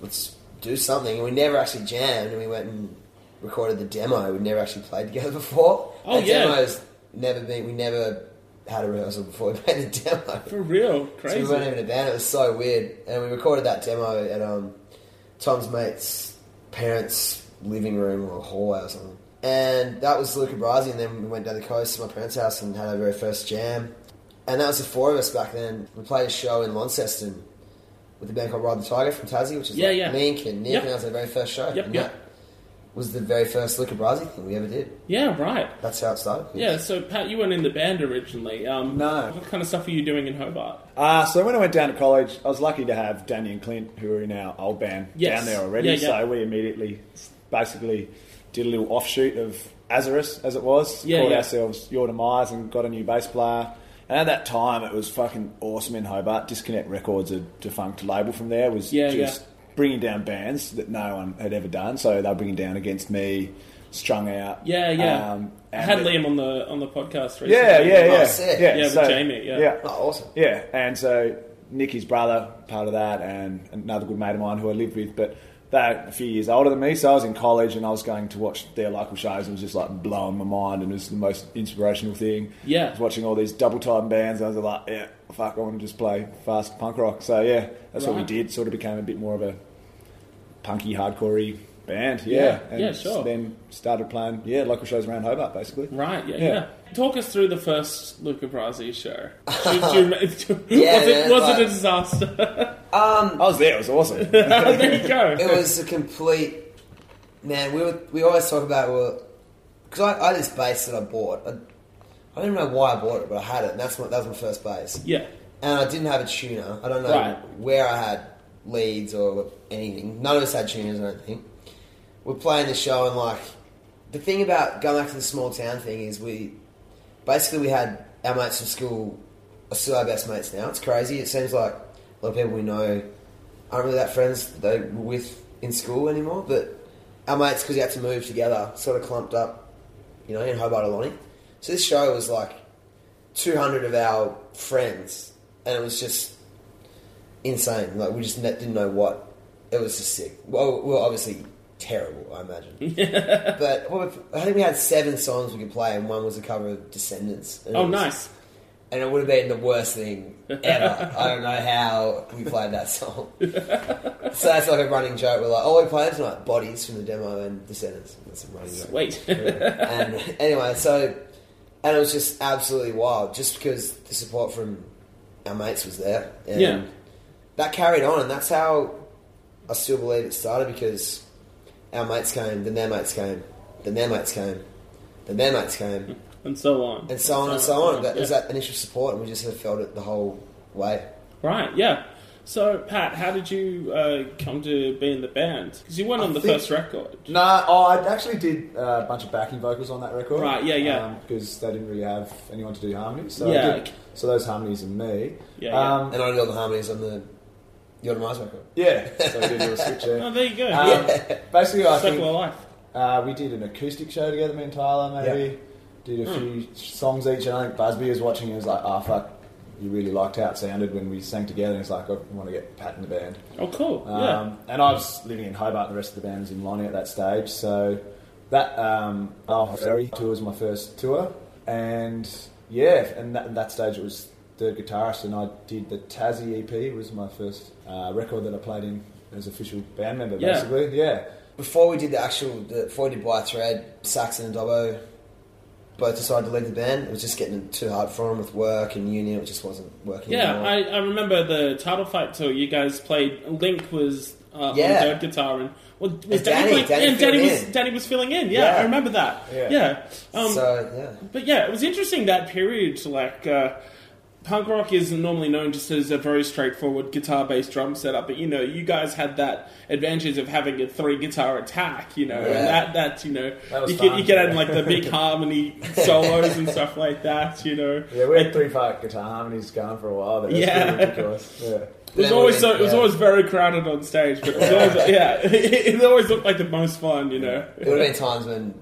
[SPEAKER 2] let's do something. And we never actually jammed, and we went and recorded the demo. We never actually played together before.
[SPEAKER 4] Oh,
[SPEAKER 2] the
[SPEAKER 4] yeah.
[SPEAKER 2] demo's never been. We never had a rehearsal before we made the demo.
[SPEAKER 4] For real.
[SPEAKER 2] So uh,
[SPEAKER 4] Crazy.
[SPEAKER 2] we weren't even a band. It was so weird. And we recorded that demo at um, Tom's mate's parents' living room or hallway or something. And that was Luca Brasi. And then we went down the coast to my parents' house and had our very first jam. And that was the four of us back then. We played a show in Launceston with the band called Ride the Tiger from Tassie, which is
[SPEAKER 4] Yeah,
[SPEAKER 2] like
[SPEAKER 4] yeah.
[SPEAKER 2] Mink and Nick.
[SPEAKER 4] Yep.
[SPEAKER 2] And that was our very first show.
[SPEAKER 4] Yep,
[SPEAKER 2] and
[SPEAKER 4] yep.
[SPEAKER 2] that was the very first Luca Brasi thing we ever did.
[SPEAKER 4] yeah, right.
[SPEAKER 2] That's how it started.
[SPEAKER 4] Yeah, so Pat, you weren't in the band originally. Um,
[SPEAKER 3] No.
[SPEAKER 4] What kind of stuff were you doing in Hobart?
[SPEAKER 3] Uh, so when I went down to college, I was lucky to have Danny and Clint, who are in our old band,
[SPEAKER 4] Yes.
[SPEAKER 3] down there already.
[SPEAKER 4] Yeah, yeah.
[SPEAKER 3] So we immediately basically did a little offshoot of Azarus, as it was,
[SPEAKER 4] Yeah,
[SPEAKER 3] called
[SPEAKER 4] yeah.
[SPEAKER 3] ourselves Your Demise, and got a new bass player. And at that time, it was fucking awesome in Hobart. Disconnect Records, a defunct label from there, was
[SPEAKER 4] Yeah,
[SPEAKER 3] just
[SPEAKER 4] yeah.
[SPEAKER 3] bringing down bands that no one had ever done. So they were bringing down Against Me, Strung Out.
[SPEAKER 4] Yeah, yeah.
[SPEAKER 3] um,
[SPEAKER 4] I
[SPEAKER 3] and
[SPEAKER 4] had
[SPEAKER 3] it-
[SPEAKER 4] Liam on the on the podcast recently.
[SPEAKER 3] Yeah, yeah, yeah.
[SPEAKER 2] Oh, sick.
[SPEAKER 3] Yeah,
[SPEAKER 4] Yeah, with
[SPEAKER 3] so-
[SPEAKER 4] Jamie, yeah.
[SPEAKER 3] yeah.
[SPEAKER 2] Oh, awesome.
[SPEAKER 3] Yeah, and so Nicky's brother, part of that, and another good mate of mine who I lived with, but they're a few years older than me, so I was in college and I was going to watch their local shows and it was just like blowing my mind and it was the most inspirational thing.
[SPEAKER 4] Yeah.
[SPEAKER 3] I was watching all these double time bands and I was like, yeah, fuck, I want to just play fast punk rock. So yeah, that's what we
[SPEAKER 4] Right.
[SPEAKER 3] did. Sort of became a bit more of a punky, hardcorey band. Yeah.
[SPEAKER 4] Yeah,
[SPEAKER 3] And
[SPEAKER 4] yeah, sure.
[SPEAKER 3] then started playing, yeah, local shows around Hobart basically.
[SPEAKER 4] Right, yeah, yeah,
[SPEAKER 3] Yeah.
[SPEAKER 4] Talk us through the first Luca Brasi show. Do you- do you-
[SPEAKER 2] Yeah,
[SPEAKER 4] was it,
[SPEAKER 2] man,
[SPEAKER 4] was it a
[SPEAKER 2] like-
[SPEAKER 4] disaster?
[SPEAKER 3] I was there, it was awesome.
[SPEAKER 4] there you go.
[SPEAKER 2] it was a complete man. We were, we always talk about well, because I, I had this bass that I bought. I, I don't know why I bought it, but I had it, and that's my that was my first bass.
[SPEAKER 4] yeah.
[SPEAKER 2] And I didn't have a tuner. I don't know
[SPEAKER 4] Right.
[SPEAKER 2] where I had leads or anything. None of us had tuners. I don't think. We're playing the show, and like the thing about going back to the small town thing is we basically we had our mates from school are still our best mates now. It's crazy. It seems like a lot of people we know aren't really that friends that they were with in school anymore. But our mates, because we had to move together, sort of clumped up, you know, in Hobart Aloni. So this show was like 200 of our friends, and it was just insane. Like we just ne- didn't know what it was. Just sick. Well, we were obviously terrible, I imagine. but what if- I think we had seven songs we could play, and one was a cover of Descendants. And it
[SPEAKER 4] Oh,
[SPEAKER 2] was-
[SPEAKER 4] nice.
[SPEAKER 2] And it would have been the worst thing ever. I don't know how we played that song. so that's like a running joke. We're like, oh, we're playing tonight Bodies from the demo and Descendants. That's a running joke
[SPEAKER 4] Sweet.
[SPEAKER 2] and anyway, so and it was just absolutely wild, just because the support from our mates was there, and
[SPEAKER 4] Yeah.
[SPEAKER 2] that carried on, and that's how I still believe it started because our mates came, then their mates came, then their mates came, then their mates came,
[SPEAKER 4] and so on.
[SPEAKER 2] and so on and so on. That
[SPEAKER 4] Yeah.
[SPEAKER 2] was that initial support, and we just have felt it the whole way.
[SPEAKER 4] Right, yeah. So, Pat, how did you uh, come to be in the band? Because you weren't
[SPEAKER 3] I
[SPEAKER 4] on the
[SPEAKER 3] think-
[SPEAKER 4] first record.
[SPEAKER 3] Nah, oh, I actually did uh, a bunch of backing vocals on that record.
[SPEAKER 4] Right, yeah, yeah.
[SPEAKER 3] Because they didn't really have anyone to do harmonies. So I
[SPEAKER 4] Yeah.
[SPEAKER 3] did- So those harmonies and me.
[SPEAKER 4] Yeah, yeah.
[SPEAKER 3] Um,
[SPEAKER 2] And I did all the harmonies on the Yodomize record.
[SPEAKER 3] yeah. So I did a little switch there.
[SPEAKER 4] Oh, there you go.
[SPEAKER 3] Um,
[SPEAKER 4] yeah.
[SPEAKER 3] Basically, I
[SPEAKER 4] Circle
[SPEAKER 3] think
[SPEAKER 4] of life.
[SPEAKER 3] uh, we did an acoustic show together, me and Tyler, maybe. Did a
[SPEAKER 4] Hmm.
[SPEAKER 3] few songs each, and I think Busby was watching and was like, oh, fuck, you really liked how it sounded when we sang together. And he's like, I want to get Pat in the band.
[SPEAKER 4] Oh, cool. yeah.
[SPEAKER 3] Um, And I was living in Hobart, the rest of the band was in Lonnie at that stage. So that um, oh, Ferry tour was my first tour. And yeah, and that, at that stage it was third guitarist, and I did the Tassie EP, was my first uh, record that I played in as official band member,
[SPEAKER 4] Yeah.
[SPEAKER 3] basically. Yeah.
[SPEAKER 2] Before we did the actual, the, before we did By a Thread, Saxon and Dobbo both decided to leave the band. It was just getting too hard for them with work and union. It just wasn't working.
[SPEAKER 4] Yeah,
[SPEAKER 2] anymore.
[SPEAKER 4] I, I remember the title fight tour. You guys played. Link was uh,
[SPEAKER 2] Yeah.
[SPEAKER 4] on third guitar, and well, was
[SPEAKER 2] And
[SPEAKER 4] Danny,
[SPEAKER 2] Danny-
[SPEAKER 4] playing,
[SPEAKER 2] Danny
[SPEAKER 4] and Danny
[SPEAKER 2] filled
[SPEAKER 4] was
[SPEAKER 2] in.
[SPEAKER 4] Danny was filling in. Yeah,
[SPEAKER 2] Yeah.
[SPEAKER 4] I remember that.
[SPEAKER 3] Yeah.
[SPEAKER 4] yeah. Um,
[SPEAKER 2] so yeah,
[SPEAKER 4] but yeah, it was interesting that period. Like, uh, punk rock is normally known just as a very straightforward guitar based drum setup, but you know, you guys had that advantage of having a three guitar attack, you know,
[SPEAKER 2] Yeah.
[SPEAKER 4] and that, that's, you know,
[SPEAKER 3] That was
[SPEAKER 4] you, get,
[SPEAKER 3] fun.
[SPEAKER 4] you get in like the big harmony solos and stuff like that, you know.
[SPEAKER 3] Yeah, we had
[SPEAKER 4] And
[SPEAKER 3] three part guitar harmonies going for a while there. That's
[SPEAKER 4] Yeah.
[SPEAKER 3] pretty ridiculous. Yeah.
[SPEAKER 4] It was
[SPEAKER 2] Then
[SPEAKER 4] always
[SPEAKER 2] we-
[SPEAKER 4] so, it was
[SPEAKER 2] yeah.
[SPEAKER 4] always very crowded on stage, but it was always, yeah, it always looked like the most fun, you know.
[SPEAKER 2] there would have been times when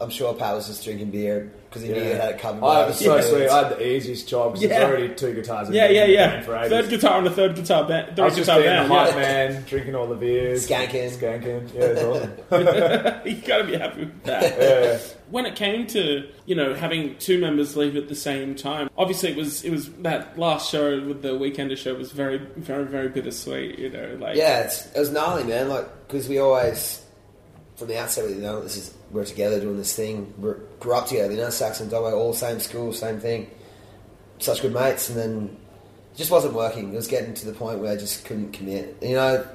[SPEAKER 2] I'm sure Pat was just drinking beer because he knew he
[SPEAKER 3] Yeah.
[SPEAKER 2] had it covered.
[SPEAKER 3] I
[SPEAKER 2] by
[SPEAKER 3] Oh, was
[SPEAKER 2] the
[SPEAKER 3] so
[SPEAKER 2] dudes.
[SPEAKER 3] sweet. I had the easiest job because
[SPEAKER 4] Yeah.
[SPEAKER 3] there's already two guitars. in
[SPEAKER 4] Yeah,
[SPEAKER 3] the
[SPEAKER 4] yeah,
[SPEAKER 3] band
[SPEAKER 4] yeah.
[SPEAKER 3] for ages.
[SPEAKER 4] Third guitar and a third guitar band.
[SPEAKER 3] I
[SPEAKER 4] Third
[SPEAKER 3] was just
[SPEAKER 4] guitar
[SPEAKER 3] being a
[SPEAKER 4] band.
[SPEAKER 3] hype
[SPEAKER 4] yeah.
[SPEAKER 3] man, drinking all the beers,
[SPEAKER 2] Skanking.
[SPEAKER 3] skanking. Yeah, it's awesome.
[SPEAKER 4] you gotta be happy with that.
[SPEAKER 3] Yeah.
[SPEAKER 4] when it came to you know having two members leave at the same time, obviously it was it was that last show with the Weekender show was very very very bittersweet. You know, like
[SPEAKER 2] yeah, it's, it was gnarly, man. Like because we always from the outset we know this is we're together doing this thing. We grew up together, you know, Saxon and Dobbo, all same school, same thing. Such good mates, and then it just wasn't working. It was getting to the point where I just couldn't commit. You know,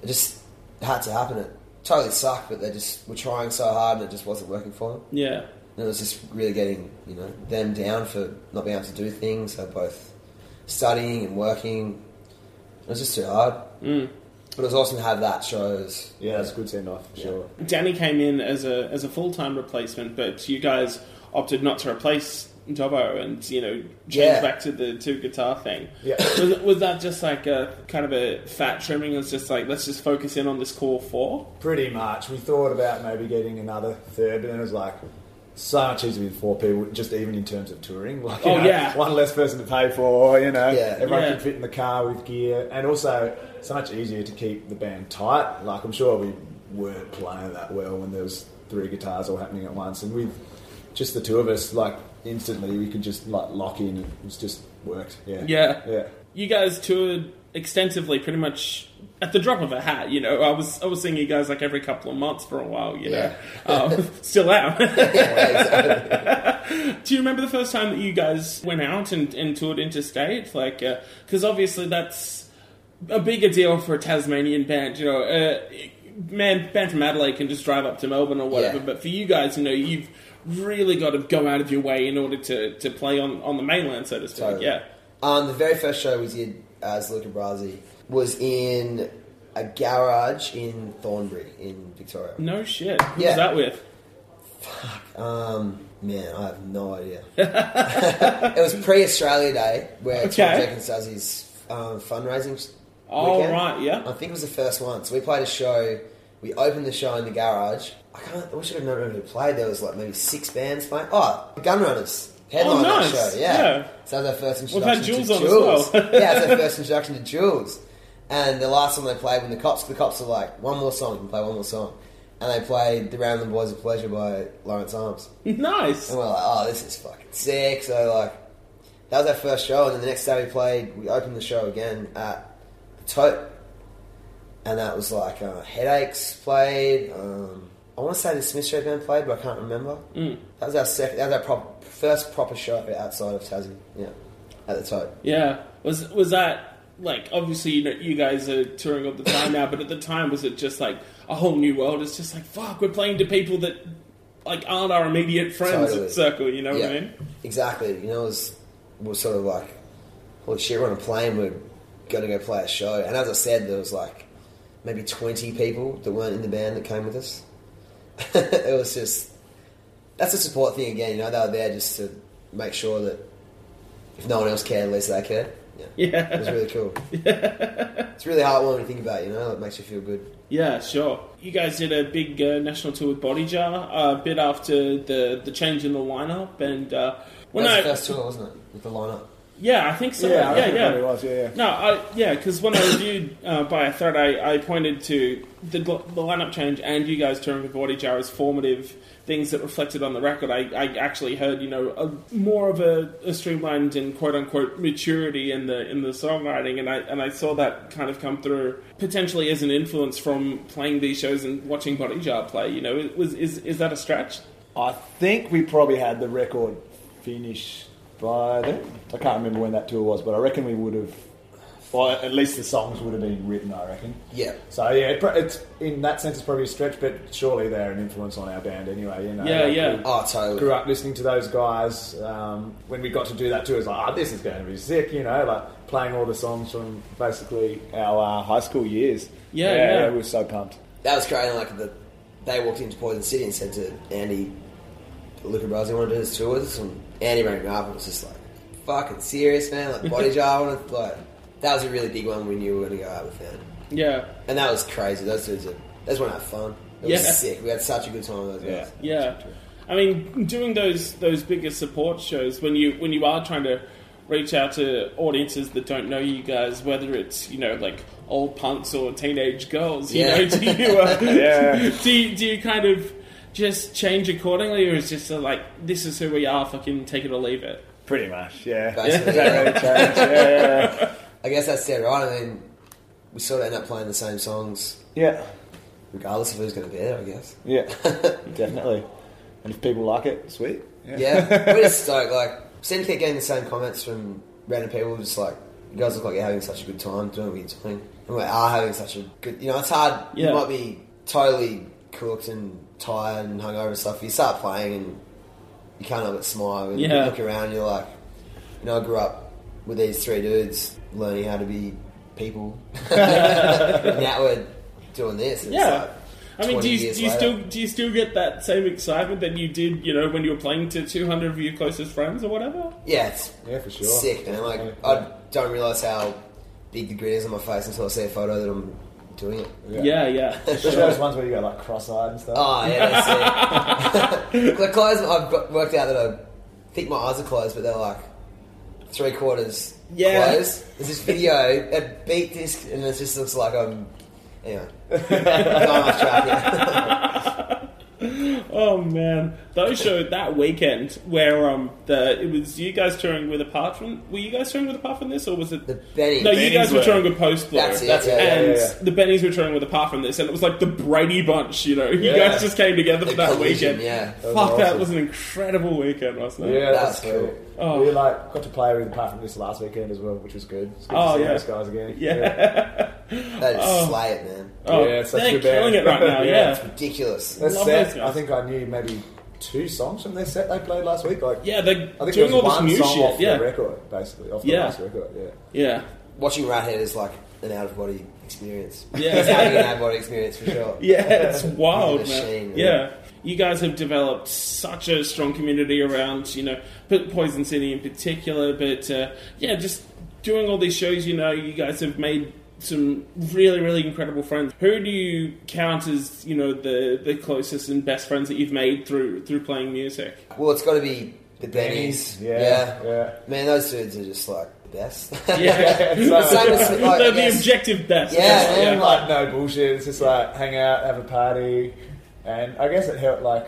[SPEAKER 2] it just had to happen. It totally sucked, but they just were trying so hard and it just wasn't working for them.
[SPEAKER 4] yeah,
[SPEAKER 2] And it was just really getting, you know, them down for not being able to do things. So both studying and working. It was just too hard.
[SPEAKER 4] Mm.
[SPEAKER 2] But it was awesome to have that show. It was-
[SPEAKER 3] Yeah, that's a good send off for sure.
[SPEAKER 4] Danny came in as a as a full time replacement, but you guys opted not to replace Dobbo and you know change
[SPEAKER 2] Yeah.
[SPEAKER 4] back to the two guitar thing.
[SPEAKER 3] Yeah.
[SPEAKER 4] was, it- was that just like a kind of a fat trimming? It's just like let's just focus in on this core four.
[SPEAKER 3] Pretty much. We thought about maybe getting another third, but then it was like so much easier with four people, just even in terms of touring. Like, you
[SPEAKER 4] Oh,
[SPEAKER 3] know,
[SPEAKER 4] yeah.
[SPEAKER 3] one less person to pay for, you know,
[SPEAKER 2] Yeah.
[SPEAKER 3] everyone
[SPEAKER 4] Yeah.
[SPEAKER 3] can fit in the car with gear, and also so much easier to keep the band tight. Like, I'm sure we weren't playing that well when there was three guitars all happening at once, and with just the two of us, like instantly we could just like lock in. and It was just worked. Yeah.
[SPEAKER 4] Yeah.
[SPEAKER 3] Yeah.
[SPEAKER 4] you guys toured extensively, pretty much at the drop of a hat. You know, I was I was seeing you guys like every couple of months for a while. You know, um, still out. Do you remember the first time that you guys went out and, and toured interstate? Like, because obviously that's a bigger deal for a Tasmanian band. You know, uh, man, band from Adelaide can just drive up to Melbourne or whatever.
[SPEAKER 2] Yeah.
[SPEAKER 4] But for you guys, you know, you've really got to go out of your way in order to, to play on, on the mainland, so to speak.
[SPEAKER 2] Totally.
[SPEAKER 4] Yeah.
[SPEAKER 2] Um, the very first show we did as Luca Brasi was in a garage in Thornbury in Victoria.
[SPEAKER 4] No shit. Who
[SPEAKER 2] Yeah.
[SPEAKER 4] was that with?
[SPEAKER 2] Um, man, I have no idea. it was pre-Australia Day where Tom
[SPEAKER 4] Okay.
[SPEAKER 2] Jenkins does his um, fundraising.
[SPEAKER 4] Oh,
[SPEAKER 2] weekend.
[SPEAKER 4] right, yeah.
[SPEAKER 2] I think it was the first one. So we played a show. We opened the show in the garage. I can't. I wish I could remember who played. There was like maybe six bands playing. Oh, Gunrunners. headline
[SPEAKER 4] Oh,
[SPEAKER 2] that
[SPEAKER 4] nice.
[SPEAKER 2] show. Yeah.
[SPEAKER 4] Yeah.
[SPEAKER 2] So that was our first
[SPEAKER 4] We've had
[SPEAKER 2] introduction
[SPEAKER 4] Jules
[SPEAKER 2] to
[SPEAKER 4] on as
[SPEAKER 2] Jules.
[SPEAKER 4] well.
[SPEAKER 2] yeah, it's our first introduction to Jules. And the last song they played when the cops the cops are like, one more song, you can play one more song. And they played The Ramblin' Boys of Pleasure by Lawrence Arms.
[SPEAKER 4] Nice.
[SPEAKER 2] And we're like, oh, this is fucking sick. So like, that was our first show, and then the next day we played. We opened the show again at the Tote, and that was like uh, Headaches played. Um, I want to say the Smith Street Band played, but I can't remember. Mm. That was our second. That was our prop, first proper show outside of Tassie. Yeah, at the Tote.
[SPEAKER 4] Yeah. Was was that like obviously you know you guys are touring all the time now, but at the time was it just like a whole new world? It's just like fuck, we're playing to people that like aren't our immediate friends
[SPEAKER 2] Totally.
[SPEAKER 4] circle. You know what I mean?
[SPEAKER 2] Exactly. You know, it was, it was sort of like, holy shit, we're on a plane, we're going to go play a show. And as I said, there was like maybe 20 people that weren't in the band that came with us. it was just, that's a support thing again, you know, they were there just to make sure that if no one else cared, at least they cared. Yeah.
[SPEAKER 4] Yeah.
[SPEAKER 2] It was really cool. It's really heartwarming to think about, you know, it makes you feel good.
[SPEAKER 4] Yeah, sure. You guys did a big uh, national tour with Body Jar, uh, a bit after the the change in the lineup, and uh, when
[SPEAKER 2] that was
[SPEAKER 4] I
[SPEAKER 2] the first tour, wasn't it? With the lineup.
[SPEAKER 4] yeah, I think so.
[SPEAKER 3] Yeah, I
[SPEAKER 4] Yeah, yeah,
[SPEAKER 3] think it was, yeah, yeah.
[SPEAKER 4] No, I, yeah, because when I reviewed uh, by a thread, I, I pointed to the the lineup change and you guys touring with Body Jar as formative things that reflected on the record. I, I actually heard you know a, more of a, a streamlined and quote unquote maturity in the in the songwriting, and I and I saw that kind of come through potentially as an influence from playing these shows and watching Body Jar play. You know, it was is is that a stretch?
[SPEAKER 3] I think we probably had the record finished by then. I can't remember when that tour was, but I reckon we would have, or at least the songs would have been written. I reckon.
[SPEAKER 2] Yeah.
[SPEAKER 3] So yeah, it, pro- it's in that sense it's probably a stretch, but surely they're an influence on our band anyway. You know.
[SPEAKER 4] Yeah,
[SPEAKER 3] Like,
[SPEAKER 4] yeah.
[SPEAKER 3] we
[SPEAKER 2] Oh, totally.
[SPEAKER 3] Grew up listening to those guys. Um, when we got to do that tour, it was like, oh, this is going to be sick, you know, like playing all the songs from basically our uh, high school years.
[SPEAKER 4] Yeah,
[SPEAKER 3] yeah,
[SPEAKER 4] yeah.
[SPEAKER 3] we were so pumped.
[SPEAKER 2] That was great. and, Like the, they walked into Poison City and said to Andy, "Look at Bros, you want to do this tour with us?" And Andy rang me up and was just like, "Fucking serious, man! Like body jar, I want to like." That was a really big one we knew we were going to go out with them,
[SPEAKER 4] Yeah,
[SPEAKER 2] and that was crazy. Those dudes, are, that's when I had fun. It was
[SPEAKER 4] Yeah.
[SPEAKER 2] sick. We had such a good time with those
[SPEAKER 3] Yeah.
[SPEAKER 2] guys.
[SPEAKER 4] Yeah, I mean, doing those those bigger support shows when you when you are trying to reach out to audiences that don't know you guys, whether it's you know like old punks or teenage girls, you
[SPEAKER 2] Yeah.
[SPEAKER 4] know, do you, uh,
[SPEAKER 3] Yeah.
[SPEAKER 4] do you do you kind of just change accordingly, or is just uh, like this is who we are, fucking take it or leave it?
[SPEAKER 3] Pretty much, yeah.
[SPEAKER 2] Basically,
[SPEAKER 3] Don't really change, yeah, yeah.
[SPEAKER 2] I guess that's it, right? I mean, we sort of end up playing the same songs
[SPEAKER 3] yeah.
[SPEAKER 2] regardless of who's going to be there. I guess.
[SPEAKER 3] Yeah, definitely. And if people like it, sweet.
[SPEAKER 2] Yeah, we're just stoked. Like, seem to keep getting the same comments from random people. Just like, you guys look like you're having such a good time doing what you're doing, and we are having such a good. You know, it's hard. You
[SPEAKER 4] Yeah.
[SPEAKER 2] might be totally cooked and tired and hungover and stuff. You start playing and you can't help but smile. And
[SPEAKER 4] Yeah.
[SPEAKER 2] you look around, and you're like, you know, I grew up with these three dudes learning how to be people. now we're doing this. It's
[SPEAKER 4] Yeah.
[SPEAKER 2] like
[SPEAKER 4] I mean, do
[SPEAKER 2] 20
[SPEAKER 4] you,
[SPEAKER 2] years
[SPEAKER 4] do you
[SPEAKER 2] later.
[SPEAKER 4] still do you still get that same excitement that you did, you know, when you were playing to two hundred of your closest friends or whatever?
[SPEAKER 2] Yeah, it's
[SPEAKER 3] Yeah, for sure.
[SPEAKER 2] sick, man. Like,
[SPEAKER 3] Definitely.
[SPEAKER 2] I don't realise how big the grin is on my face until I see a photo that I'm doing it.
[SPEAKER 4] Yeah, yeah,
[SPEAKER 3] Especially those ones where you go like cross-eyed and stuff.
[SPEAKER 2] Oh, yeah, that's it. Like, clothes, I've got, worked out that I think my eyes are closed, but they're like three quarters
[SPEAKER 4] Yeah.
[SPEAKER 2] closed. There's this video, a beat disc, and it just looks like I'm. Anyway. I'm off track, yeah.
[SPEAKER 4] Oh man, those show that weekend where um the it was you guys touring with apart from were you guys touring with apart from this or was it
[SPEAKER 2] The Benny.
[SPEAKER 4] no you
[SPEAKER 3] Bennies
[SPEAKER 4] guys were
[SPEAKER 3] were.
[SPEAKER 4] touring with Post Blue
[SPEAKER 2] That's it,
[SPEAKER 4] and
[SPEAKER 2] yeah, yeah,
[SPEAKER 3] yeah, yeah.
[SPEAKER 4] the Bennies were touring with apart from this and it was like the Brady Bunch you know you
[SPEAKER 3] Yeah.
[SPEAKER 4] guys just came together for
[SPEAKER 2] The
[SPEAKER 4] that
[SPEAKER 2] collision,
[SPEAKER 4] weekend
[SPEAKER 2] yeah.
[SPEAKER 4] fuck
[SPEAKER 3] That was
[SPEAKER 4] that
[SPEAKER 3] awesome.
[SPEAKER 4] was an incredible weekend wasn't it
[SPEAKER 3] Yeah, that's,
[SPEAKER 2] That's
[SPEAKER 3] cool.
[SPEAKER 4] cool.
[SPEAKER 3] We like got to play with apart from this last weekend as well, which was good. It's good
[SPEAKER 4] Oh,
[SPEAKER 3] to see
[SPEAKER 4] yeah.
[SPEAKER 3] those guys again.
[SPEAKER 4] Yeah.
[SPEAKER 2] They just slay it, man.
[SPEAKER 4] oh
[SPEAKER 3] Yeah, it's such
[SPEAKER 4] they're
[SPEAKER 3] a band.
[SPEAKER 4] killing it right now
[SPEAKER 3] Yeah.
[SPEAKER 4] yeah
[SPEAKER 2] Ridiculous.
[SPEAKER 3] Their
[SPEAKER 4] Love those
[SPEAKER 3] set,
[SPEAKER 4] guys.
[SPEAKER 3] I think I knew maybe two songs from their set they played last week. Like,
[SPEAKER 4] yeah they're
[SPEAKER 3] I think
[SPEAKER 4] doing
[SPEAKER 3] there was
[SPEAKER 4] all
[SPEAKER 3] one
[SPEAKER 4] this new
[SPEAKER 3] song
[SPEAKER 4] shit
[SPEAKER 3] off
[SPEAKER 4] yeah
[SPEAKER 3] the record, basically off the
[SPEAKER 4] Yeah.
[SPEAKER 3] last record. Yeah,
[SPEAKER 4] yeah
[SPEAKER 2] Watching Rathead is like an out of body experience.
[SPEAKER 4] Yeah.
[SPEAKER 2] It's having an out of body experience for sure.
[SPEAKER 4] Yeah, it's wild,
[SPEAKER 2] It's a shame,
[SPEAKER 4] man.
[SPEAKER 2] man.
[SPEAKER 4] Yeah. You guys have developed such a strong community around, you know, but Poison City in particular, but uh, yeah, just doing all these shows, you know, you guys have made some really, really incredible friends. Who do you count as, you know, the, the closest and best friends that you've made through through playing music?
[SPEAKER 2] Well, it's got to be The Bennies.
[SPEAKER 3] Yeah,
[SPEAKER 2] Yeah.
[SPEAKER 3] yeah.
[SPEAKER 2] Man, those dudes are just like the best.
[SPEAKER 3] Yeah, it's like-
[SPEAKER 2] Same as, like,
[SPEAKER 4] They're
[SPEAKER 2] I
[SPEAKER 4] the
[SPEAKER 2] guess-
[SPEAKER 4] objective best.
[SPEAKER 2] Yeah,
[SPEAKER 4] Yes,
[SPEAKER 2] man,
[SPEAKER 3] And like no bullshit. It's just like hang out, have a party, and I guess it helped like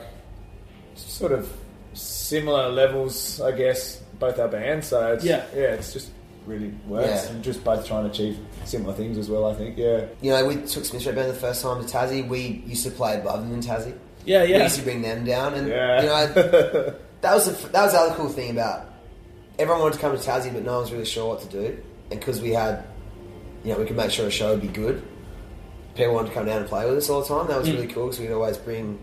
[SPEAKER 3] sort of similar levels. I guess both our bands. So it's,
[SPEAKER 4] Yeah.
[SPEAKER 3] yeah, it's just really works,
[SPEAKER 2] Yeah.
[SPEAKER 3] and just both trying to achieve similar things as well. I think yeah.
[SPEAKER 2] You know, we took Smith Red Band the first time to Tassie. We used to play above them in Tassie.
[SPEAKER 4] yeah,
[SPEAKER 2] We
[SPEAKER 4] yeah.
[SPEAKER 2] used to bring them down, and
[SPEAKER 3] Yeah.
[SPEAKER 2] you know, that was the, f- that was the other cool thing about everyone wanted to come to Tassie, but no one's really sure what to do. And because we had, you know, we could make sure a show would be good. People wanted to come down and play with us all the time. That
[SPEAKER 4] Hmm.
[SPEAKER 2] was really cool because we'd always bring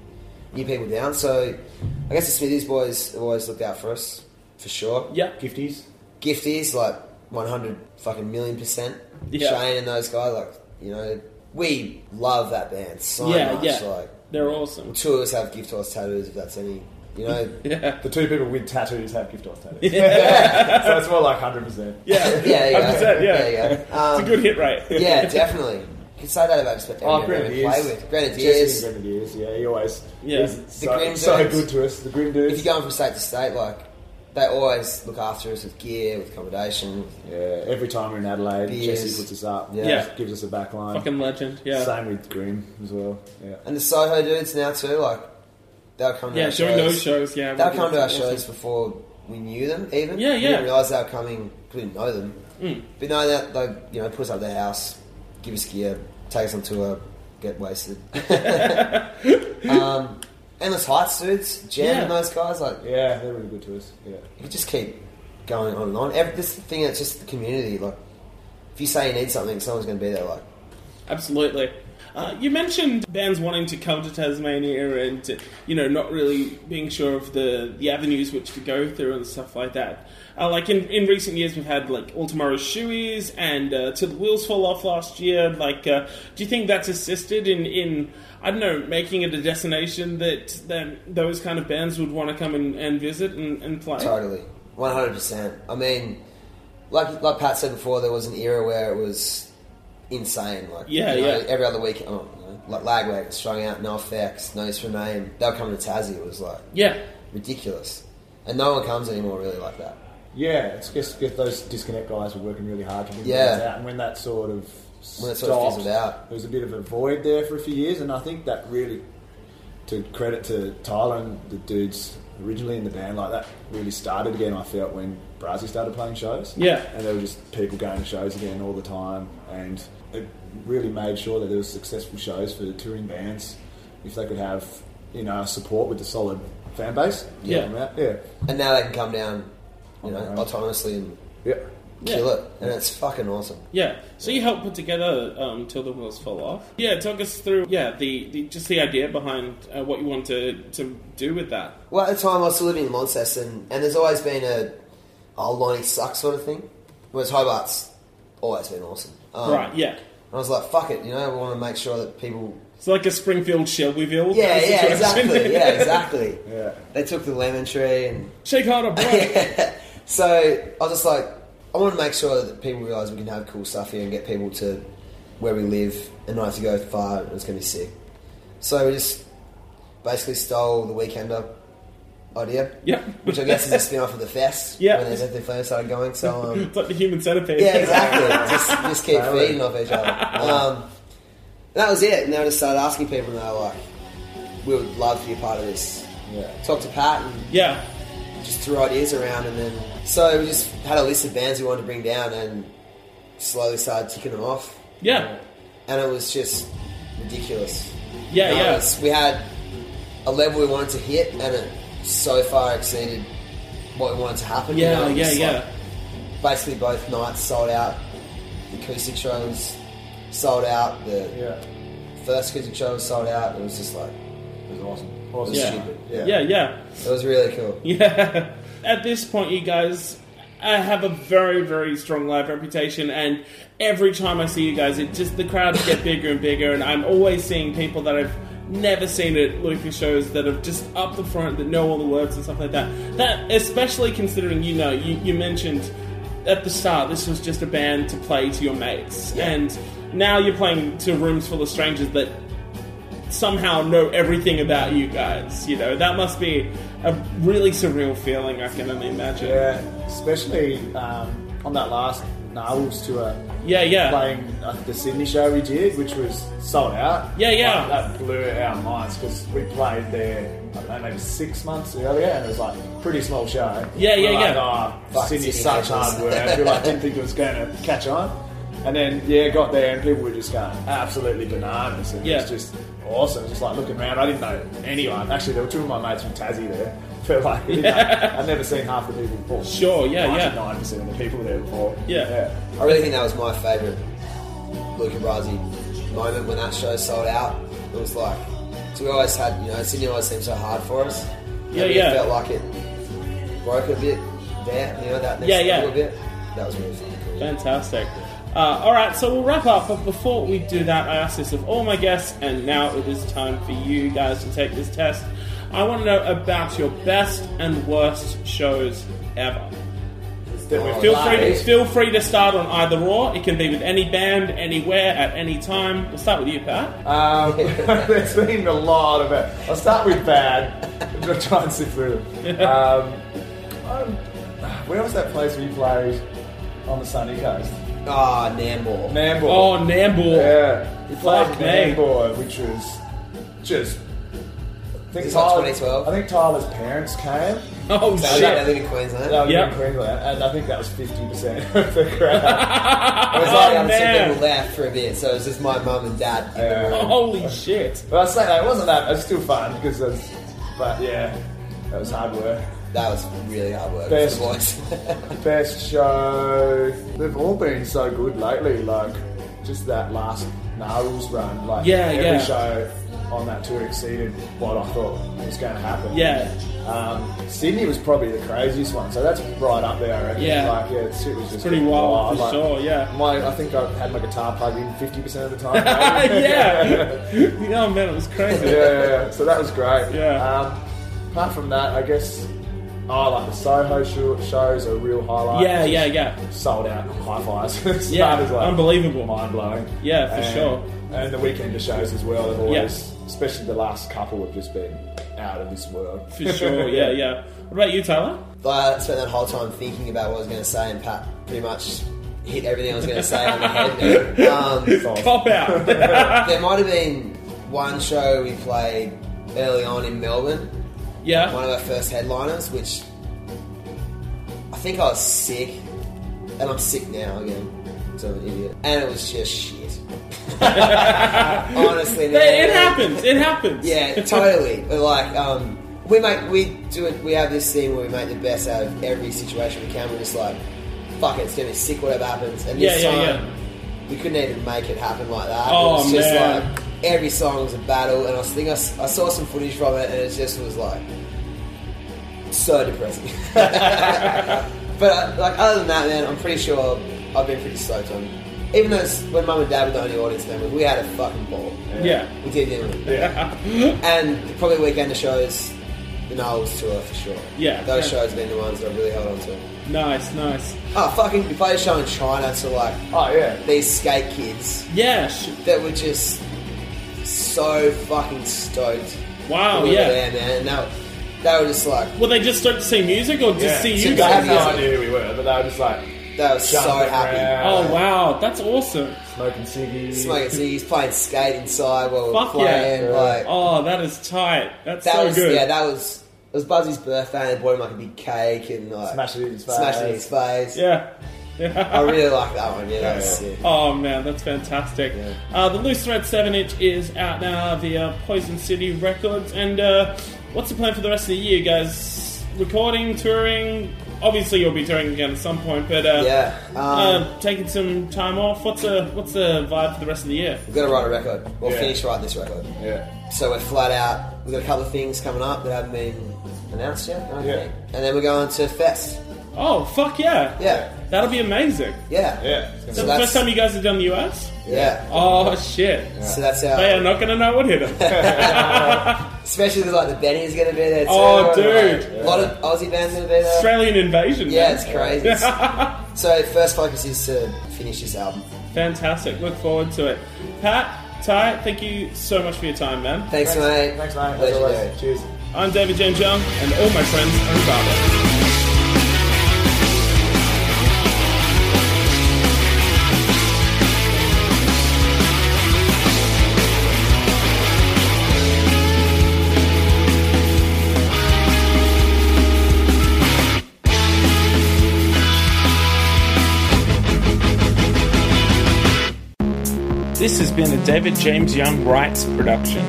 [SPEAKER 2] new people down. So I guess the Smithies boys have always looked out for us for sure.
[SPEAKER 4] Yeah,
[SPEAKER 3] Gifties.
[SPEAKER 2] Gifties, like 100 fucking million percent.
[SPEAKER 4] Yeah.
[SPEAKER 2] Shane and those guys, like, you know, we love that band so
[SPEAKER 4] Yeah,
[SPEAKER 2] much.
[SPEAKER 4] yeah.
[SPEAKER 2] Like,
[SPEAKER 4] they're awesome.
[SPEAKER 2] two of us have gift horse tattoos, if that's any, you know.
[SPEAKER 4] Yeah,
[SPEAKER 3] The two people with tattoos have gift horse tattoos. so it's more like hundred percent.
[SPEAKER 4] yeah.
[SPEAKER 2] yeah, yeah,
[SPEAKER 4] 100%, yeah.
[SPEAKER 2] yeah. yeah. Um,
[SPEAKER 4] It's a good hit rate.
[SPEAKER 2] yeah, definitely. You can say that about just about
[SPEAKER 3] Oh,
[SPEAKER 2] every band we
[SPEAKER 3] Grenadiers.
[SPEAKER 2] play with.
[SPEAKER 3] Jesse
[SPEAKER 2] Grenadiers.
[SPEAKER 3] and Grenadiers. Yeah, he always.
[SPEAKER 4] Yeah.
[SPEAKER 3] he's
[SPEAKER 4] The
[SPEAKER 3] so,
[SPEAKER 2] Grim
[SPEAKER 3] so
[SPEAKER 2] Dudes.
[SPEAKER 3] good to us. The Grim dudes.
[SPEAKER 2] If you're going from state to state, like, they always look after us with gear, with accommodation.
[SPEAKER 3] Yeah, every time we're in Adelaide,
[SPEAKER 2] Beers.
[SPEAKER 3] Jesse puts us up.
[SPEAKER 2] Yeah.
[SPEAKER 4] Yeah.
[SPEAKER 3] gives us a back line.
[SPEAKER 4] Fucking legend. Yeah.
[SPEAKER 3] Same with Grim as well. Yeah,
[SPEAKER 2] And the Soho dudes now, too, like, they'll come to
[SPEAKER 4] yeah,
[SPEAKER 2] our
[SPEAKER 4] during those shows, yeah.
[SPEAKER 2] They'll
[SPEAKER 4] we
[SPEAKER 2] come
[SPEAKER 4] did
[SPEAKER 2] to our
[SPEAKER 4] awesome.
[SPEAKER 2] shows before we knew them, even. We
[SPEAKER 4] Yeah, yeah.
[SPEAKER 2] didn't realise they were coming, we didn't know them.
[SPEAKER 4] Mm.
[SPEAKER 2] But no, that they, you know, put us up their house, give us gear, take us on tour, get wasted. um, Endless Heights dudes, Jam
[SPEAKER 4] Yeah.
[SPEAKER 2] and those guys, like,
[SPEAKER 3] yeah, they're really good to us. Yeah,
[SPEAKER 2] you just keep going on and on. Every, this is the thing, it's just the community, like, if you say you need something, someone's going to be there, like,
[SPEAKER 4] Absolutely. Uh, you mentioned bands wanting to come to Tasmania and you know not really being sure of the, the avenues which to go through and stuff like that. Uh, like in, in recent years, we've had like All Tomorrow's Shoeies and uh, Till the Wheels Fall Off last year. Like, uh, do you think that's assisted in, in I don't know making it a destination that that those kind of bands would want to come and, and visit and, and play?
[SPEAKER 2] Totally, one hundred percent. I mean, like like Pat said before, there was an era where it was insane. Like
[SPEAKER 4] Yeah,
[SPEAKER 2] you know,
[SPEAKER 4] yeah.
[SPEAKER 2] Every other week, oh, you know, like Lagwagon, Strung Out, No Effects, No Use for a Name. They were coming to Tassie. It was like
[SPEAKER 4] Yeah,
[SPEAKER 2] ridiculous, and no one comes anymore really like that.
[SPEAKER 3] yeah. It's just get those disconnect guys were working really hard to bring
[SPEAKER 2] Yeah.
[SPEAKER 3] bands out, and when that sort of
[SPEAKER 2] When it
[SPEAKER 3] stopped,
[SPEAKER 2] sort of fizzled out.
[SPEAKER 3] there was a bit of a void there for a few years, and I think that really, to credit to Tyler and the dudes originally in the band, like that really started again. I felt when Brazzy started playing shows.
[SPEAKER 4] Yeah.
[SPEAKER 3] and there were just people going to shows again all the time, and it really made sure that there was successful shows for the touring bands if they could have you know support with a solid fan base.
[SPEAKER 4] Yeah.
[SPEAKER 3] yeah,
[SPEAKER 2] And now they can come down, you know,
[SPEAKER 3] Okay.
[SPEAKER 2] autonomously and
[SPEAKER 3] yeah.
[SPEAKER 4] Yeah.
[SPEAKER 2] kill it, and it's fucking awesome.
[SPEAKER 4] Yeah, so you helped put together um, till the wheels fall off. Yeah, talk us through. Yeah, the, the just the idea behind uh, what you want to to do with that.
[SPEAKER 2] Well, at the time I was still living in Launceston, and there's always been a oh Lonnie sucks sort of thing. Whereas Hobart's always been awesome. Um,
[SPEAKER 4] right. Yeah.
[SPEAKER 2] And I was like, fuck it, you know, I want to make sure that people.
[SPEAKER 4] It's like a Springfield Shelbyville.
[SPEAKER 2] Yeah,
[SPEAKER 4] kind of
[SPEAKER 2] yeah,
[SPEAKER 4] situation.
[SPEAKER 2] exactly. Yeah, exactly.
[SPEAKER 3] Yeah.
[SPEAKER 2] They took the lemon tree, and
[SPEAKER 4] Shake hard a break.
[SPEAKER 2] so I was just like, I want to make sure that people realise we can have cool stuff here and get people to where we live and not have to go far, and it's going to be sick. So we just basically stole the Weekender idea,
[SPEAKER 4] yep.
[SPEAKER 2] which I guess is a spin off of the fest
[SPEAKER 4] Yeah.
[SPEAKER 2] when the Ethnic Flavor started going. So, um,
[SPEAKER 4] It's like the human centipede.
[SPEAKER 2] Yeah, exactly. just, just keep
[SPEAKER 3] Totally.
[SPEAKER 2] feeding off each other. Um, and that was it. And then I just started asking people, and they were like, "We would love to be a part of this."
[SPEAKER 3] yeah.
[SPEAKER 2] Talked to Pat and
[SPEAKER 4] yeah.
[SPEAKER 2] just threw ideas around, and then so we just had a list of bands we wanted to bring down, and slowly started ticking them off,
[SPEAKER 4] Yeah.
[SPEAKER 2] and it was just ridiculous.
[SPEAKER 4] Yeah.
[SPEAKER 2] No,
[SPEAKER 4] Yeah.
[SPEAKER 2] it's- We had a level we wanted to hit, and it so far exceeded what we wanted to happen. you know,
[SPEAKER 4] Yeah.
[SPEAKER 2] it
[SPEAKER 4] Yeah.
[SPEAKER 2] was like-
[SPEAKER 4] Yeah.
[SPEAKER 2] basically both nights sold out. The acoustic show was sold out. The
[SPEAKER 3] Yeah,
[SPEAKER 2] first acoustic show was sold out. It was just like
[SPEAKER 3] it was awesome. Awesome.
[SPEAKER 4] Yeah.
[SPEAKER 2] stupid.
[SPEAKER 3] Yeah.
[SPEAKER 4] Yeah. Yeah.
[SPEAKER 2] it was really cool.
[SPEAKER 4] Yeah. At this point, you guys I have a very, very strong live reputation, and every time I see you guys, it just the crowds get bigger and bigger, and I'm always seeing people that I've never seen at Lucas shows that have just up the front that know all the words and stuff like that. That, especially considering you know, you, you mentioned at the start this was just a band to play to your mates, and now you're playing to rooms full of strangers that somehow know everything about you guys. You know, that must be a really surreal feeling. I can only imagine.
[SPEAKER 3] Yeah, especially um, on that last Narwhals tour,
[SPEAKER 4] Yeah, yeah.
[SPEAKER 3] playing uh, the Sydney show we did, which was sold out.
[SPEAKER 4] Yeah, yeah.
[SPEAKER 3] Like, that blew our minds because we played there. I don't know, maybe six months earlier, and it was like a pretty small show.
[SPEAKER 4] Yeah, yeah,
[SPEAKER 3] We're like,
[SPEAKER 4] yeah.
[SPEAKER 3] "Oh,
[SPEAKER 2] Fuck,
[SPEAKER 3] Sydney's
[SPEAKER 2] Sydney
[SPEAKER 3] such
[SPEAKER 2] catches."
[SPEAKER 3] hard work. We like didn't think it was going to catch on, and then yeah, got there and people were just going absolutely bananas. And
[SPEAKER 4] Yeah.
[SPEAKER 3] It was just awesome. Just like looking around, I didn't know anyone. Actually, there were two of my mates from Tassie there. But like, you know, I've never seen half the people before.
[SPEAKER 4] Sure, yeah, yeah.
[SPEAKER 3] Ninety-nine percent of the people there before.
[SPEAKER 4] Yeah.
[SPEAKER 3] yeah.
[SPEAKER 2] I really think that was my favourite Luca Brasi moment when that show sold out. It was like, so we always had, you know, Sydney always seemed so hard for us.
[SPEAKER 4] Yeah,
[SPEAKER 2] Maybe
[SPEAKER 4] yeah.
[SPEAKER 2] It felt like it broke a bit there, you know, that next
[SPEAKER 4] Yeah, yeah.
[SPEAKER 2] little bit. That was really cool.
[SPEAKER 4] Fantastic. Uh, all right, so we'll wrap up. But before we do that, I asked this of all my guests, and now it is time for you guys to take this test. I want to know about your best and worst shows ever.
[SPEAKER 3] Then we
[SPEAKER 2] Oh,
[SPEAKER 4] Feel
[SPEAKER 2] nice.
[SPEAKER 4] free, feel free to start on either or. It can be with any band, anywhere, at any time. We'll start with you, Pat.
[SPEAKER 3] Um, there's been a lot of it. I'll start with bad. I'm gonna try and sift through them. Um, um, where was that place we played on the sunny coast?
[SPEAKER 2] Ah, Nambour.
[SPEAKER 3] Nambour.
[SPEAKER 4] Oh, Nambour.
[SPEAKER 3] yeah, we played
[SPEAKER 4] Fuck me.
[SPEAKER 3] Nambour, which was just. I think
[SPEAKER 2] Is this like
[SPEAKER 3] Tyler-
[SPEAKER 2] 2012?
[SPEAKER 3] I think Tyler's parents came.
[SPEAKER 2] So
[SPEAKER 4] Oh,
[SPEAKER 2] they
[SPEAKER 4] shit.
[SPEAKER 2] live in Queensland.
[SPEAKER 3] They were
[SPEAKER 4] Yep.
[SPEAKER 3] in Queensland, and I think that was fifty percent of the crowd.
[SPEAKER 2] I was like,
[SPEAKER 4] Oh,
[SPEAKER 2] I some
[SPEAKER 4] man.
[SPEAKER 2] people left for a bit, so it was just my mum and dad. in the
[SPEAKER 3] Yeah.
[SPEAKER 2] room.
[SPEAKER 4] Holy shit.
[SPEAKER 3] but I say that it wasn't that. It was still fun because, it was, but yeah, that was hard work.
[SPEAKER 2] That was really hard work.
[SPEAKER 3] Best.
[SPEAKER 2] for the boys.
[SPEAKER 3] Best show. They've all been so good lately. Like just that last Narwhals run. Like
[SPEAKER 4] Yeah,
[SPEAKER 3] every
[SPEAKER 4] yeah.
[SPEAKER 3] show on that tour exceeded what I thought was going to happen.
[SPEAKER 4] Yeah.
[SPEAKER 3] Um, Sydney was probably the craziest one. So that's right up there. I reckon.
[SPEAKER 4] Yeah.
[SPEAKER 3] Like yeah, shit was just
[SPEAKER 4] Pretty wild, for
[SPEAKER 3] like,
[SPEAKER 4] sure, yeah.
[SPEAKER 3] My, I think I had my guitar plugged in fifty percent of the time.
[SPEAKER 4] yeah. oh, man, it was crazy.
[SPEAKER 3] Yeah, yeah, yeah. So that was great.
[SPEAKER 4] Yeah.
[SPEAKER 3] Um, apart from that, I guess. Oh, like the Soho show, shows are a real highlight.
[SPEAKER 4] Yeah, yeah, yeah.
[SPEAKER 3] sold out high fives. That
[SPEAKER 4] Yeah,
[SPEAKER 3] is, like,
[SPEAKER 4] unbelievable.
[SPEAKER 3] mind blowing.
[SPEAKER 4] Yeah, for
[SPEAKER 3] And-
[SPEAKER 4] sure.
[SPEAKER 3] And the weekend of shows as well. Have always, especially the last couple, have just been out of this world.
[SPEAKER 4] For sure, yeah, yeah. What about you, Tyler?
[SPEAKER 2] I spent that whole time thinking about what I was going to say, and Pat pretty much hit everything I was going to say on the head. there. Um,
[SPEAKER 4] Cop out.
[SPEAKER 2] there might have been one show we played early on in Melbourne, one
[SPEAKER 4] yeah.
[SPEAKER 2] of our first headliners, which I think I was sick, and I'm sick now again. So I'm an idiot, and it was just shit. Honestly,
[SPEAKER 4] It,
[SPEAKER 2] man.
[SPEAKER 4] it happens. It happens.
[SPEAKER 2] Yeah, totally. But like, um, we make we do it. We have this thing where we make the best out of every situation we can. We're just like, fuck it, it's gonna be sick whatever happens. And this
[SPEAKER 4] Yeah, yeah,
[SPEAKER 2] time, we couldn't even make it happen like that.
[SPEAKER 4] Oh,
[SPEAKER 2] it was just
[SPEAKER 4] man.
[SPEAKER 2] like every song was a battle, and I think I, s- I saw some footage from it, and it just was like so depressing. but uh, like, other than that, man, I'm pretty sure I've been pretty stoked on. Even though it's, when mum and dad were the only audience members, we had a fucking ball.
[SPEAKER 4] yeah.
[SPEAKER 2] We did, didn't we?
[SPEAKER 3] Yeah.
[SPEAKER 2] And probably weekend of shows, the Knowles tour for sure.
[SPEAKER 4] Yeah.
[SPEAKER 2] Those
[SPEAKER 4] Yeah.
[SPEAKER 2] shows have been the ones that I really held on to.
[SPEAKER 4] Nice, nice.
[SPEAKER 2] Oh, fucking, we played a show in China to like
[SPEAKER 3] Oh yeah.
[SPEAKER 2] these skate kids
[SPEAKER 4] Yeah. Sh-
[SPEAKER 2] that were just so fucking stoked.
[SPEAKER 4] wow,
[SPEAKER 2] that we
[SPEAKER 4] Oh, yeah.
[SPEAKER 2] Were there, man. And they were, they were just like,
[SPEAKER 4] Were they just stoked to see music or just
[SPEAKER 3] yeah.
[SPEAKER 4] see
[SPEAKER 2] So
[SPEAKER 4] you
[SPEAKER 3] They
[SPEAKER 4] guys?
[SPEAKER 3] had no
[SPEAKER 2] guys-
[SPEAKER 3] idea who we were, but they were just like
[SPEAKER 2] they were so
[SPEAKER 3] Jumping
[SPEAKER 2] happy.
[SPEAKER 3] around.
[SPEAKER 4] Oh, wow. That's awesome.
[SPEAKER 3] smoking ciggies.
[SPEAKER 2] Smoking ciggies, playing skate inside while we were
[SPEAKER 4] Fuck
[SPEAKER 2] playing.
[SPEAKER 4] yeah.
[SPEAKER 2] Like,
[SPEAKER 4] Oh, that is tight. That's
[SPEAKER 2] that
[SPEAKER 4] so
[SPEAKER 2] was,
[SPEAKER 4] good.
[SPEAKER 2] yeah, that was. It was Buzzy's birthday, and they bought him like a big cake and like
[SPEAKER 3] Smashed it in his face.
[SPEAKER 2] smashed it in his face.
[SPEAKER 4] yeah.
[SPEAKER 2] I really like that one. Yeah, that was
[SPEAKER 3] Yeah, yeah.
[SPEAKER 2] sick.
[SPEAKER 4] Oh man, that's fantastic. Uh, the Loose Thread 7 inch is out now via Poison City Records. And uh, what's the plan for the rest of the year, guys? Recording, touring? Obviously, you'll be touring again at some point, but uh,
[SPEAKER 2] Yeah. Um,
[SPEAKER 4] uh, taking some time off. What's the what's the vibe for the rest of the year?
[SPEAKER 2] we've got to write a record. We'll
[SPEAKER 3] Yeah.
[SPEAKER 2] finish writing this record.
[SPEAKER 3] Yeah.
[SPEAKER 2] So we're flat out. We've got a couple of things coming up that haven't been announced yet. I don't
[SPEAKER 3] Yeah.
[SPEAKER 2] think. And then we're going to Fest.
[SPEAKER 4] Oh fuck yeah!
[SPEAKER 2] Yeah.
[SPEAKER 4] that'll be amazing.
[SPEAKER 2] Yeah.
[SPEAKER 3] Yeah. It's gonna
[SPEAKER 2] So
[SPEAKER 4] Is that the
[SPEAKER 2] that's-
[SPEAKER 4] first time you guys have done the US?
[SPEAKER 2] Yeah.
[SPEAKER 4] Oh shit!
[SPEAKER 2] So that's our.
[SPEAKER 4] They are not gonna know what hit them.
[SPEAKER 2] Especially with like the Benny's going to be there. Too.
[SPEAKER 4] Oh,
[SPEAKER 2] And, like,
[SPEAKER 4] dude.
[SPEAKER 2] A lot of Aussie bands going to be there.
[SPEAKER 4] Australian invasion.
[SPEAKER 2] Yeah,
[SPEAKER 4] man.
[SPEAKER 2] it's crazy. so first focus is to finish this album.
[SPEAKER 4] Fantastic. Look forward to it. Pat, Ty, thank you so much for your time, man.
[SPEAKER 2] Thanks, mate.
[SPEAKER 5] Thanks, mate. As
[SPEAKER 2] Legendary.
[SPEAKER 5] always. Cheers.
[SPEAKER 4] I'm David James Young, and all my friends are in Barber. This has been a David James Young Rights production.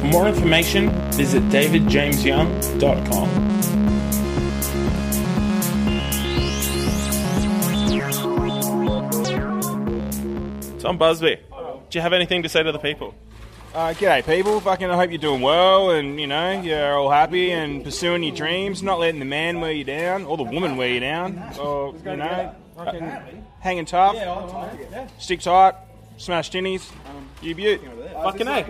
[SPEAKER 4] For more information, visit davidjamesyoung.com. Tom Busby, do you have anything to say to the people?
[SPEAKER 6] Uh, g'day, people. Fucking, I hope you're doing well, and you know you're all happy and pursuing your dreams. Not letting the man wear you down or the woman wear you down. Or you know, uh, hanging tough. Stick tight. Smash tinnies. You beaut.
[SPEAKER 4] Fucking A.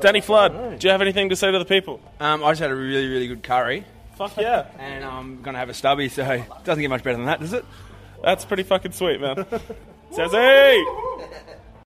[SPEAKER 4] Danny Flood, do you have anything to say to the people?
[SPEAKER 7] Um, I just had a really, really good curry,
[SPEAKER 4] Fuck yeah.
[SPEAKER 7] and I'm gonna have a stubby. So doesn't get much better than that, does it?
[SPEAKER 4] That's pretty fucking sweet, man. Sazzy!